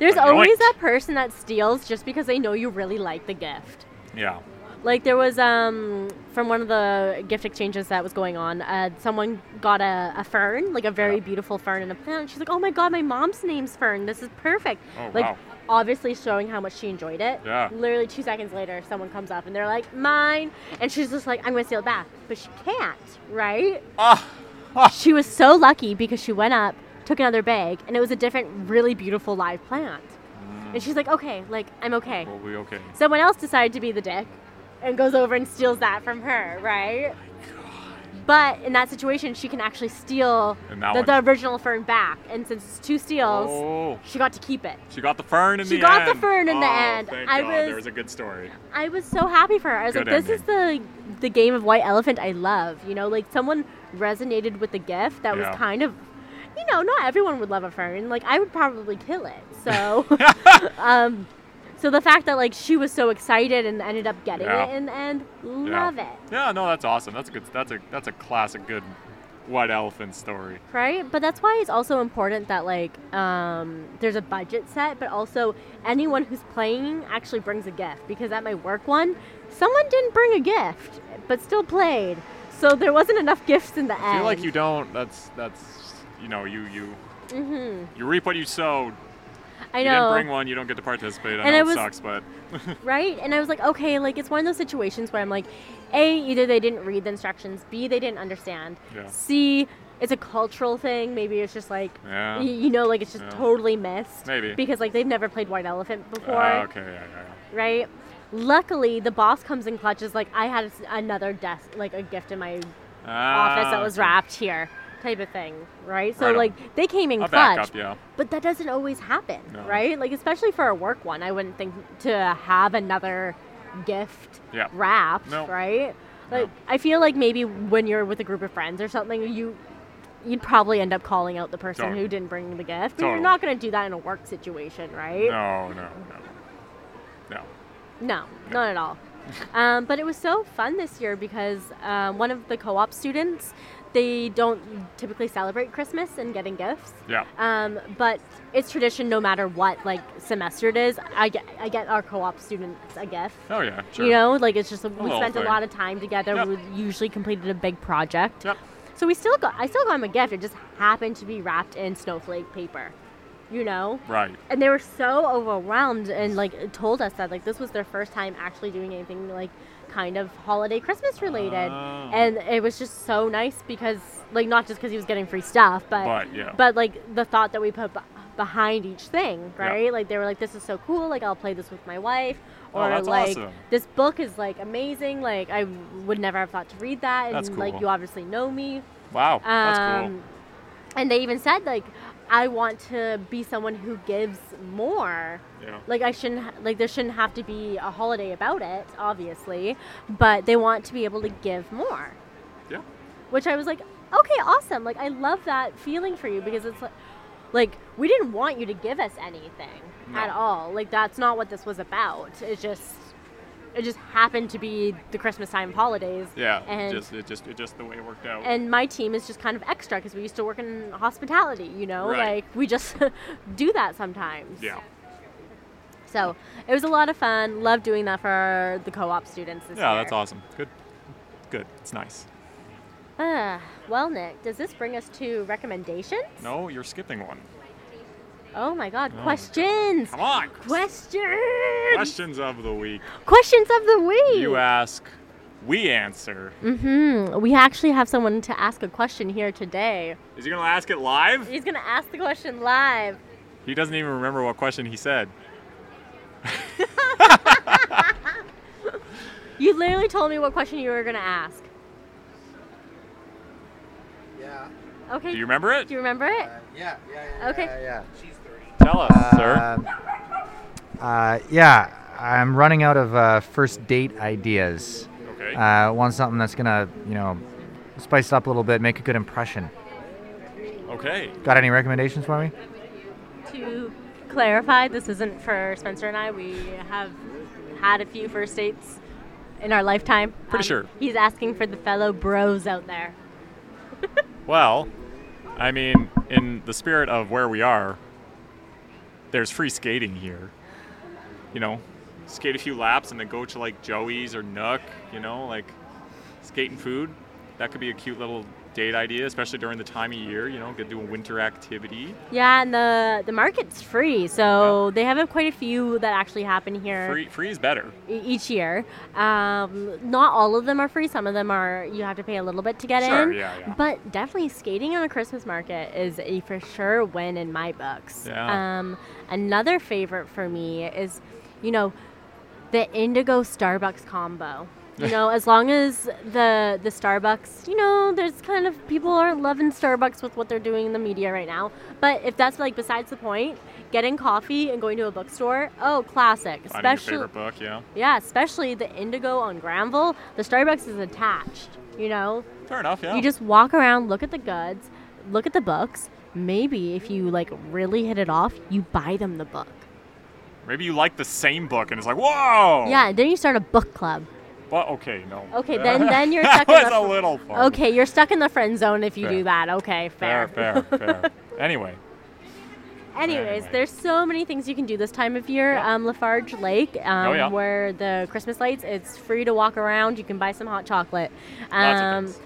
Speaker 5: there's
Speaker 4: I know
Speaker 5: always
Speaker 4: it.
Speaker 5: that person that steals just because they know you really like the gift.
Speaker 4: oh, yeah,
Speaker 5: Like there was um from one of the gift exchanges that was going on, uh, someone got a, a fern, like a very
Speaker 4: Yeah.
Speaker 5: beautiful fern and a plant. She's like, "Oh my god, my mom's name's Fern. This is perfect."
Speaker 4: Oh,
Speaker 5: like
Speaker 4: wow.
Speaker 5: obviously showing how much she enjoyed it.
Speaker 4: Yeah.
Speaker 5: Literally 2 seconds later, someone comes up and they're like, "Mine." And she's just like, "I'm going to steal it back." But she can't, right?
Speaker 4: ah,
Speaker 5: She was so lucky because she went up, took another bag, and it was a different really beautiful live plant.
Speaker 4: Mm.
Speaker 5: And she's like, "Okay, like I'm okay."
Speaker 4: we'll be okay.
Speaker 5: someone else decided to be the dick and goes over and steals that from her, right? But in that situation, she can actually steal
Speaker 4: And that
Speaker 5: the,
Speaker 4: one.
Speaker 5: the original fern back. And since it's two steals,
Speaker 4: Oh,
Speaker 5: she got to keep it.
Speaker 4: she got the fern in
Speaker 5: She
Speaker 4: the end.
Speaker 5: got the fern in the
Speaker 4: Oh,
Speaker 5: end.
Speaker 4: Thank
Speaker 5: I
Speaker 4: God,
Speaker 5: was-
Speaker 4: there was a good story.
Speaker 5: I was so happy for her. I was
Speaker 4: Good
Speaker 5: like, this is the the game of White Elephant I love. You know, like someone resonated with the gift that
Speaker 4: Yeah.
Speaker 5: was kind of, you know, not everyone would love a fern. Like I would probably kill it.
Speaker 4: (laughs)
Speaker 5: So, (laughs) um, so the fact that like she was so excited and ended up getting
Speaker 4: Yeah.
Speaker 5: it in the end,
Speaker 4: Yeah.
Speaker 5: love it.
Speaker 4: Yeah, no, that's awesome. That's a good. That's a that's a classic good white elephant story.
Speaker 5: right but that's why it's also important that like um, there's a budget set but also anyone who's playing actually brings a gift because at my work one someone didn't bring a gift but still played so there wasn't enough gifts in the end
Speaker 4: I feel like you don't. That's that's you know you you
Speaker 5: hmm
Speaker 4: you reap what you sow.
Speaker 5: i
Speaker 4: You didn't
Speaker 5: know
Speaker 4: bring one. You don't get to participate. I
Speaker 5: And
Speaker 4: know
Speaker 5: I
Speaker 4: it
Speaker 5: was-
Speaker 4: sucks, but
Speaker 5: right and i was like okay like it's one of those situations where i'm like a either they didn't read the instructions b they didn't understand
Speaker 4: Yeah.
Speaker 5: c it's a cultural thing maybe it's just like
Speaker 4: Yeah.
Speaker 5: y- you know like it's just
Speaker 4: Yeah.
Speaker 5: totally missed
Speaker 4: Maybe.
Speaker 5: because like they've never played white elephant before
Speaker 4: Ah, okay, yeah, yeah, yeah.
Speaker 5: right? Luckily, the boss comes in clutches. Like I had s- another desk, like a gift in my
Speaker 4: Ah,
Speaker 5: office that was
Speaker 4: okay.
Speaker 5: wrapped here, type of thing, right? So
Speaker 4: Right on.
Speaker 5: like they came in
Speaker 4: A
Speaker 5: clutch,
Speaker 4: backup, yeah.
Speaker 5: but that doesn't always happen,
Speaker 4: No.
Speaker 5: right? Like especially for a work one, I wouldn't think to have another gift
Speaker 4: Yeah.
Speaker 5: wrapped,
Speaker 4: No.
Speaker 5: right?
Speaker 4: No.
Speaker 5: Like I feel like maybe when you're with a group of friends or something, you you'd probably end up calling out the person
Speaker 4: Totally.
Speaker 5: who didn't bring the gift. But
Speaker 4: Totally.
Speaker 5: You're not going to do that in a work situation, right?
Speaker 4: No, no, no. No.
Speaker 5: No, not at all. um, but it was so fun this year because um, one of the co-op students, they don't typically celebrate Christmas and getting gifts.
Speaker 4: Yeah.
Speaker 5: Um, but it's tradition no matter what like semester it is. I get I get our co-op students a gift.
Speaker 4: Oh, yeah. Sure.
Speaker 5: You know, like it's just we
Speaker 4: little
Speaker 5: spent
Speaker 4: thing.
Speaker 5: a lot of time together.
Speaker 4: Yep.
Speaker 5: We usually completed a big project.
Speaker 4: Yep.
Speaker 5: So we still got I still got him a gift. It just happened to be wrapped in snowflake paper. You know?
Speaker 4: Right.
Speaker 5: and they were so overwhelmed and like told us that like this was their first time actually doing anything like kind of holiday christmas related
Speaker 4: Oh.
Speaker 5: and it was just so nice because like not just because he was getting free stuff but
Speaker 4: But, yeah.
Speaker 5: but like the thought that we put b- behind each thing
Speaker 4: Yeah.
Speaker 5: right like they were like this is so cool like i'll play this with my wife
Speaker 4: Oh,
Speaker 5: or
Speaker 4: that's
Speaker 5: like
Speaker 4: awesome.
Speaker 5: this book is like amazing like i would never have thought to read that and
Speaker 4: That's
Speaker 5: like
Speaker 4: cool.
Speaker 5: you obviously know me
Speaker 4: Wow. that's cool.
Speaker 5: um, And they even said like, I want to be someone who gives more.
Speaker 4: Yeah.
Speaker 5: Like I shouldn't ha- like there shouldn't have to be a holiday about it, obviously, but they want to be able to give more,
Speaker 4: Yeah.
Speaker 5: which I was like, okay, awesome. Like I love that feeling for you because it's like, like we didn't want you to give us anything
Speaker 4: No.
Speaker 5: at all. Like that's not what this was about. It just it just happened to be the Christmas time holidays.
Speaker 4: Yeah.
Speaker 5: And
Speaker 4: just it just it just the way it worked out.
Speaker 5: and my team is just kind of extra because we used to work in hospitality you know
Speaker 4: Right.
Speaker 5: like we just (laughs) do that sometimes
Speaker 4: yeah.
Speaker 5: so it was a lot of fun love doing that for the co-op students this
Speaker 4: Yeah,
Speaker 5: year
Speaker 4: that's awesome. Good. Good. It's nice.
Speaker 5: Ah, well nick does this bring us to recommendations
Speaker 4: No, you're skipping one.
Speaker 5: oh my god
Speaker 4: No.
Speaker 5: questions
Speaker 4: Come on.
Speaker 5: questions
Speaker 4: Questions of the week.
Speaker 5: questions of the week
Speaker 4: You ask, we answer.
Speaker 5: hmm we actually have someone to ask a question here today
Speaker 4: Is he gonna ask it live?
Speaker 5: he's gonna ask the question live
Speaker 4: He doesn't even remember what question he said.
Speaker 5: you literally told me what question you were gonna ask
Speaker 2: Yeah.
Speaker 5: okay
Speaker 4: Do you remember it?
Speaker 5: do you remember
Speaker 2: Uh,
Speaker 5: it
Speaker 2: yeah. Yeah. Yeah.
Speaker 5: Okay.
Speaker 2: Yeah. yeah.
Speaker 4: Tell us, sir.
Speaker 2: Um, uh, yeah. I'm running out of uh, first date ideas.
Speaker 4: Okay.
Speaker 2: Uh, want something that's gonna, you know, spice it up a little bit, make a good impression.
Speaker 4: okay.
Speaker 2: Got any recommendations for me?
Speaker 5: To clarify, this isn't for Spencer and I. We have had a few first dates in our lifetime. Um,
Speaker 4: Pretty sure.
Speaker 5: He's asking for the fellow bros out there.
Speaker 4: Well, I mean, in the spirit of where we are, there's free skating here. You know, skate a few laps and then go to like Joey's or Nook, you know, like skating food. That could be a cute little date idea, especially during the time of year, you know, could do a winter activity.
Speaker 5: Yeah, and the the market's free, so they have a- quite a few that actually happen here
Speaker 4: Free, free is better.
Speaker 5: e- each year. Um, not all of them are free. Some of them are you have to pay a little bit to get
Speaker 4: Sure,
Speaker 5: in.
Speaker 4: yeah, yeah.
Speaker 5: But definitely skating on a Christmas market is a for sure win in my books.
Speaker 4: Yeah.
Speaker 5: Um, another favorite for me is, you know, the Indigo Starbucks combo.
Speaker 4: (laughs)
Speaker 5: You know, as long as the the Starbucks, you know, there's kind of people are loving Starbucks with what they're doing in the media right now. But if that's like besides the point, getting coffee and going to a bookstore, oh, classic.
Speaker 4: Finding your favorite book, yeah.
Speaker 5: Yeah, especially the Indigo on Granville. The Starbucks is attached. You know,
Speaker 4: Fair enough, yeah.
Speaker 5: you just walk around, look at the goods, look at the books. Maybe if you like really hit it off, you buy them the book.
Speaker 4: Maybe you like the same book and it's like, whoa!
Speaker 5: Yeah, then you start a book club.
Speaker 4: But okay, no.
Speaker 5: Okay,
Speaker 4: (laughs)
Speaker 5: then then you're
Speaker 4: that
Speaker 5: stuck
Speaker 4: was
Speaker 5: in the
Speaker 4: a little far.
Speaker 5: Okay, you're stuck in the friend zone if you
Speaker 4: Fair.
Speaker 5: do that. Okay,
Speaker 4: Fair,
Speaker 5: fair.
Speaker 4: fair, fair. anyway,
Speaker 5: (laughs) Anyways,
Speaker 4: Anyway.
Speaker 5: there's so many things you can do this time of year.
Speaker 4: Yeah.
Speaker 5: Um, Lafarge Lake, um,
Speaker 4: Oh, yeah.
Speaker 5: where the Christmas lights, it's free to walk around. You can buy some hot chocolate.
Speaker 4: Lots of
Speaker 5: Um,
Speaker 4: things.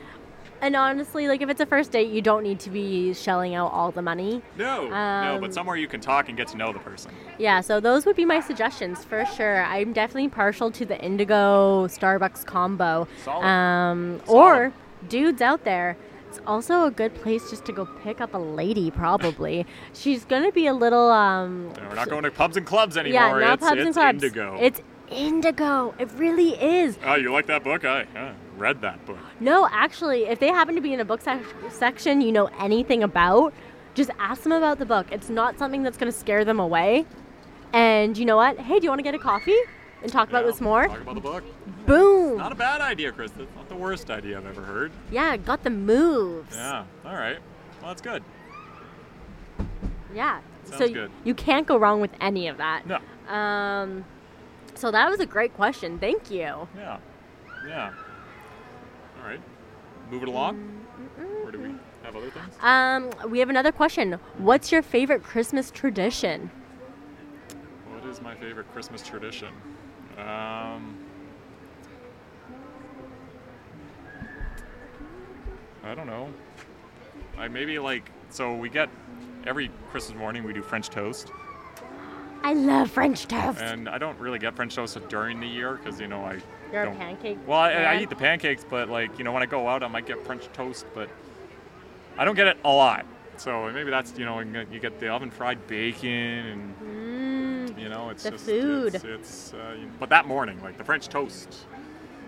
Speaker 5: and honestly, like if it's a first date, you don't need to be shelling out all the money.
Speaker 4: No, no,
Speaker 5: Um,
Speaker 4: but somewhere you can talk and get to know the person.
Speaker 5: Yeah, so those would be my suggestions for sure. I'm definitely partial to the Indigo Starbucks combo.
Speaker 4: Solid.
Speaker 5: Um,
Speaker 4: Solid.
Speaker 5: or dudes out there, it's also a good place just to go pick up a lady. Probably she's gonna be a little um,
Speaker 4: No, we're not going to pubs and clubs
Speaker 5: yeah,
Speaker 4: anymore.
Speaker 5: not
Speaker 4: it's
Speaker 5: pubs
Speaker 4: it's
Speaker 5: and clubs.
Speaker 4: indigo.
Speaker 5: It's indigo. It really is.
Speaker 4: oh, you like that book? I. Yeah. read that book.
Speaker 5: No, actually, if they happen to be in a book sec- section you know anything about, just ask them about the book. It's not something that's going to scare them away. And you know what? Hey, do you want to get a coffee and talk about
Speaker 4: Yeah,
Speaker 5: this more?
Speaker 4: Talk about the book.
Speaker 5: Boom!
Speaker 4: Not a bad idea, Chris. That's not the worst idea I've ever heard.
Speaker 5: yeah, got the moves.
Speaker 4: Yeah. All right. Well, that's good.
Speaker 5: Yeah. so
Speaker 4: Sounds
Speaker 5: y-
Speaker 4: good.
Speaker 5: you can't go wrong with any of that.
Speaker 4: No.
Speaker 5: Um, so that was a great question. Thank you.
Speaker 4: Yeah. Yeah. All right. Move it along. Or do we have other things?
Speaker 5: Um, we have another question. What's your favorite Christmas tradition?
Speaker 4: What is my favorite Christmas tradition? Um, I don't know. I maybe like so we get every Christmas morning we do French toast,
Speaker 5: I love French toast.
Speaker 4: and I don't really get French toast during the year because you know I
Speaker 5: You're a
Speaker 4: don't.
Speaker 5: pancake
Speaker 4: Well, I, I
Speaker 5: man.
Speaker 4: eat the pancakes, but like you know when I go out I might get French toast, but I don't get it a lot. So maybe that's you know you get the oven fried bacon and
Speaker 5: Mm,
Speaker 4: you know, it's
Speaker 5: The
Speaker 4: just
Speaker 5: food.
Speaker 4: It's, it's uh, you- but that morning, like the French toast,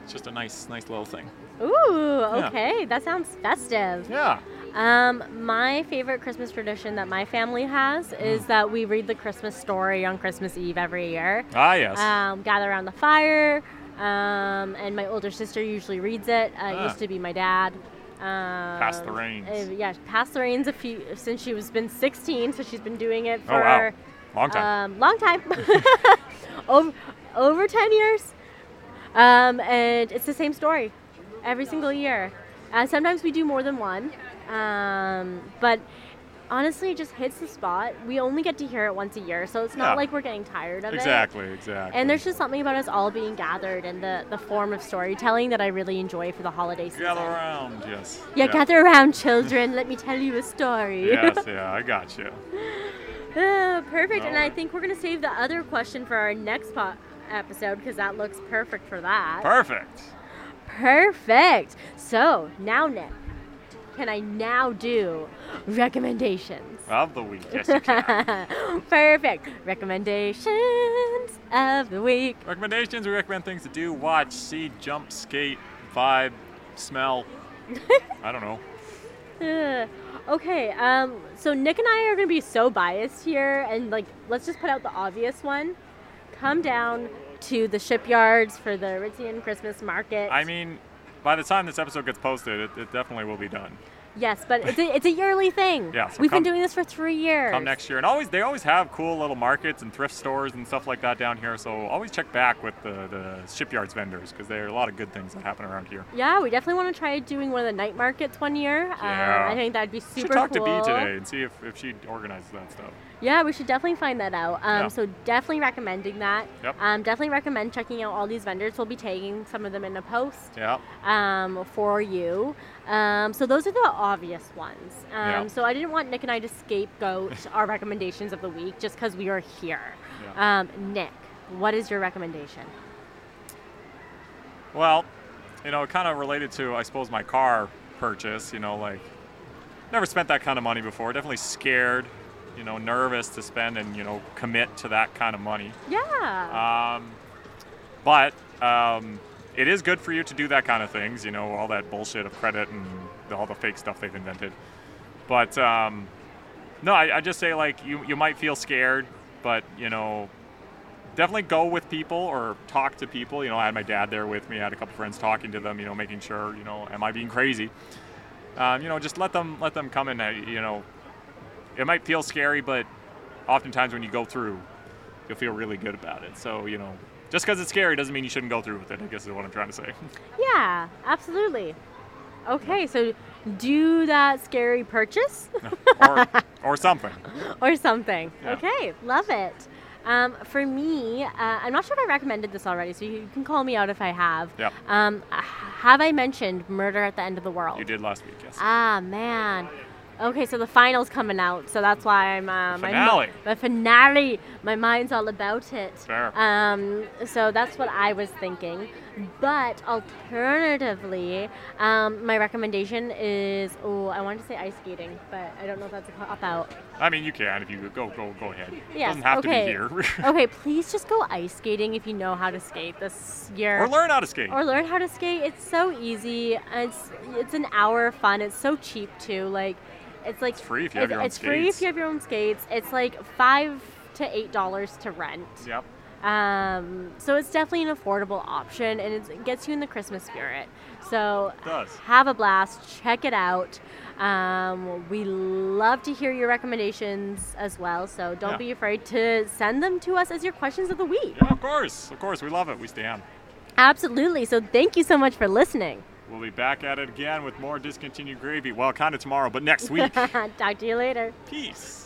Speaker 4: it's just a nice, nice little thing.
Speaker 5: ooh, okay. That sounds festive.
Speaker 4: Yeah.
Speaker 5: Um, my favorite Christmas tradition that my family has
Speaker 4: Mm-hmm.
Speaker 5: is that we read the Christmas story on Christmas Eve every year.
Speaker 4: Ah, yes.
Speaker 5: um, gather around the fire. Um, and my older sister usually reads it. Uh, It
Speaker 4: Ah.
Speaker 5: used to be my dad. Um,
Speaker 4: Pass the reins.
Speaker 5: uh, yeah, pass the reins a few since she was been 16, so she's been doing it for
Speaker 4: oh wow, long time.
Speaker 5: um, long time, (laughs) over, over 10 years. Um, and it's the same story every single year. And sometimes we do more than one. Um, but honestly, it just hits the spot. We only get to hear it once a year, so it's not
Speaker 4: Yeah.
Speaker 5: like we're getting tired of it.
Speaker 4: exactly, exactly.
Speaker 5: And there's just something about us all being gathered and the, the form of storytelling that I really enjoy for the holiday season.
Speaker 4: gather around, yes.
Speaker 5: Yeah, gather around, children. Let me tell you a story.
Speaker 4: yes, yeah, I got you.
Speaker 5: Ah, perfect. And
Speaker 4: No.
Speaker 5: I think we're going to save the other question for our next po- episode because that looks perfect for that.
Speaker 4: Perfect.
Speaker 5: perfect. So now, Nick, can I now do recommendations? (laughs)
Speaker 4: Of the week, yes you can.
Speaker 5: perfect. Recommendations of the week.
Speaker 4: Recommendations: We recommend things to do, watch, see, jump, skate, vibe,
Speaker 5: (laughs)
Speaker 4: smell. I don't know.
Speaker 5: Ugh. okay, um, so Nick and I are gonna be so biased here, and like, let's just put out the obvious one. Come down to the shipyards for the Ritzian Christmas market.
Speaker 4: I mean, by the time this episode gets posted, it, it definitely will be done.
Speaker 5: yes, but it's a, it's a yearly thing.
Speaker 4: Yeah, so
Speaker 5: we've
Speaker 4: come-
Speaker 5: been doing this for three years.
Speaker 4: come next year. And always they always have cool little markets and thrift stores and stuff like that down here. So always check back with the, the shipyards vendors because there are a lot of good things that happen around here.
Speaker 5: Yeah, we definitely want to try doing one of the night markets one year.
Speaker 4: Yeah.
Speaker 5: Um, I think that'd be
Speaker 4: You
Speaker 5: super
Speaker 4: should talk
Speaker 5: cool.
Speaker 4: to Bee today and see if, if she organizes that stuff.
Speaker 5: Yeah, we should definitely find that out. Um,
Speaker 4: Yeah.
Speaker 5: So definitely recommending that.
Speaker 4: Yep.
Speaker 5: Um, definitely recommend checking out all these vendors. We'll be tagging some of them in a post.
Speaker 4: Yeah.
Speaker 5: um, for you. Um, so those are the obvious ones. Um,
Speaker 4: Yeah.
Speaker 5: So I didn't want Nick and I to
Speaker 4: (laughs)
Speaker 5: scapegoat our recommendations of the week just because we are here.
Speaker 4: Yeah.
Speaker 5: Um, Nick, what is your recommendation?
Speaker 4: Well, you know, kind of related to I suppose my car purchase. You know, like never spent that kind of money before. Definitely scared. You know, nervous to spend and you know commit to that kind of money.
Speaker 5: Yeah.
Speaker 4: Um, but um, it is good for you to do that kind of things, you know, all that bullshit of credit and all the fake stuff they've invented. But um, no, I, I just say like you you might feel scared, but you know, definitely go with people or talk to people. You know, I had my dad there with me. I had a couple friends talking to them. You know, making sure you know, am I being crazy? Um, you know, just let them let them come in. uh, You know, it might feel scary, but oftentimes when you go through, you'll feel really good about it. So, you know, just because it's scary doesn't mean you shouldn't go through with it, I guess is what I'm trying
Speaker 5: (laughs)
Speaker 4: to say.
Speaker 5: yeah, absolutely. Okay, so do that scary
Speaker 4: (laughs)
Speaker 5: purchase (laughs)
Speaker 4: or, or something.
Speaker 5: or something.
Speaker 4: Yeah.
Speaker 5: Okay, love it. Um, for me, uh, I'm not sure if I recommended this already, so you can call me out if I have.
Speaker 4: Yeah.
Speaker 5: Um, have I mentioned Murder at the End of the World?
Speaker 4: You did last week, yes.
Speaker 5: Ah man. Okay, so the final's coming out, so that's why I'm uh, my-
Speaker 4: finale.
Speaker 5: My, finale. My mind's all about it.
Speaker 4: Fair.
Speaker 5: Um, so that's what I was thinking. But alternatively, um, my recommendation is oh, I wanted to say ice skating, but I don't know if that's a cop out.
Speaker 4: I mean, you can if you go go go ahead.
Speaker 5: Yes,
Speaker 4: Doesn't have
Speaker 5: okay.
Speaker 4: to be here. (laughs)
Speaker 5: okay, please just go ice skating if you know how to skate this year.
Speaker 4: or learn how to skate.
Speaker 5: Or learn how to skate. It's so easy. It's it's an hour of fun. It's so cheap too. Like it's like it's
Speaker 4: free if you have your own
Speaker 5: It's free if
Speaker 4: skates.
Speaker 5: you have your own skates. It's like five to eight dollars to rent.
Speaker 4: yep.
Speaker 5: Um, so it's definitely an affordable option, and it's, it gets you in the Christmas spirit. So
Speaker 4: It does.
Speaker 5: have a blast. Check it out. Um, we love to hear your recommendations as well. So don't
Speaker 4: Yeah.
Speaker 5: be afraid to send them to us as your questions of the week.
Speaker 4: Yeah, of course, of course, we love it. We stay on.
Speaker 5: Absolutely. So thank you so much for listening.
Speaker 4: We'll be back at it again with more discontinued gravy. Well, kind of tomorrow, but next
Speaker 5: (laughs)
Speaker 4: week.
Speaker 5: Talk to you later.
Speaker 4: Peace.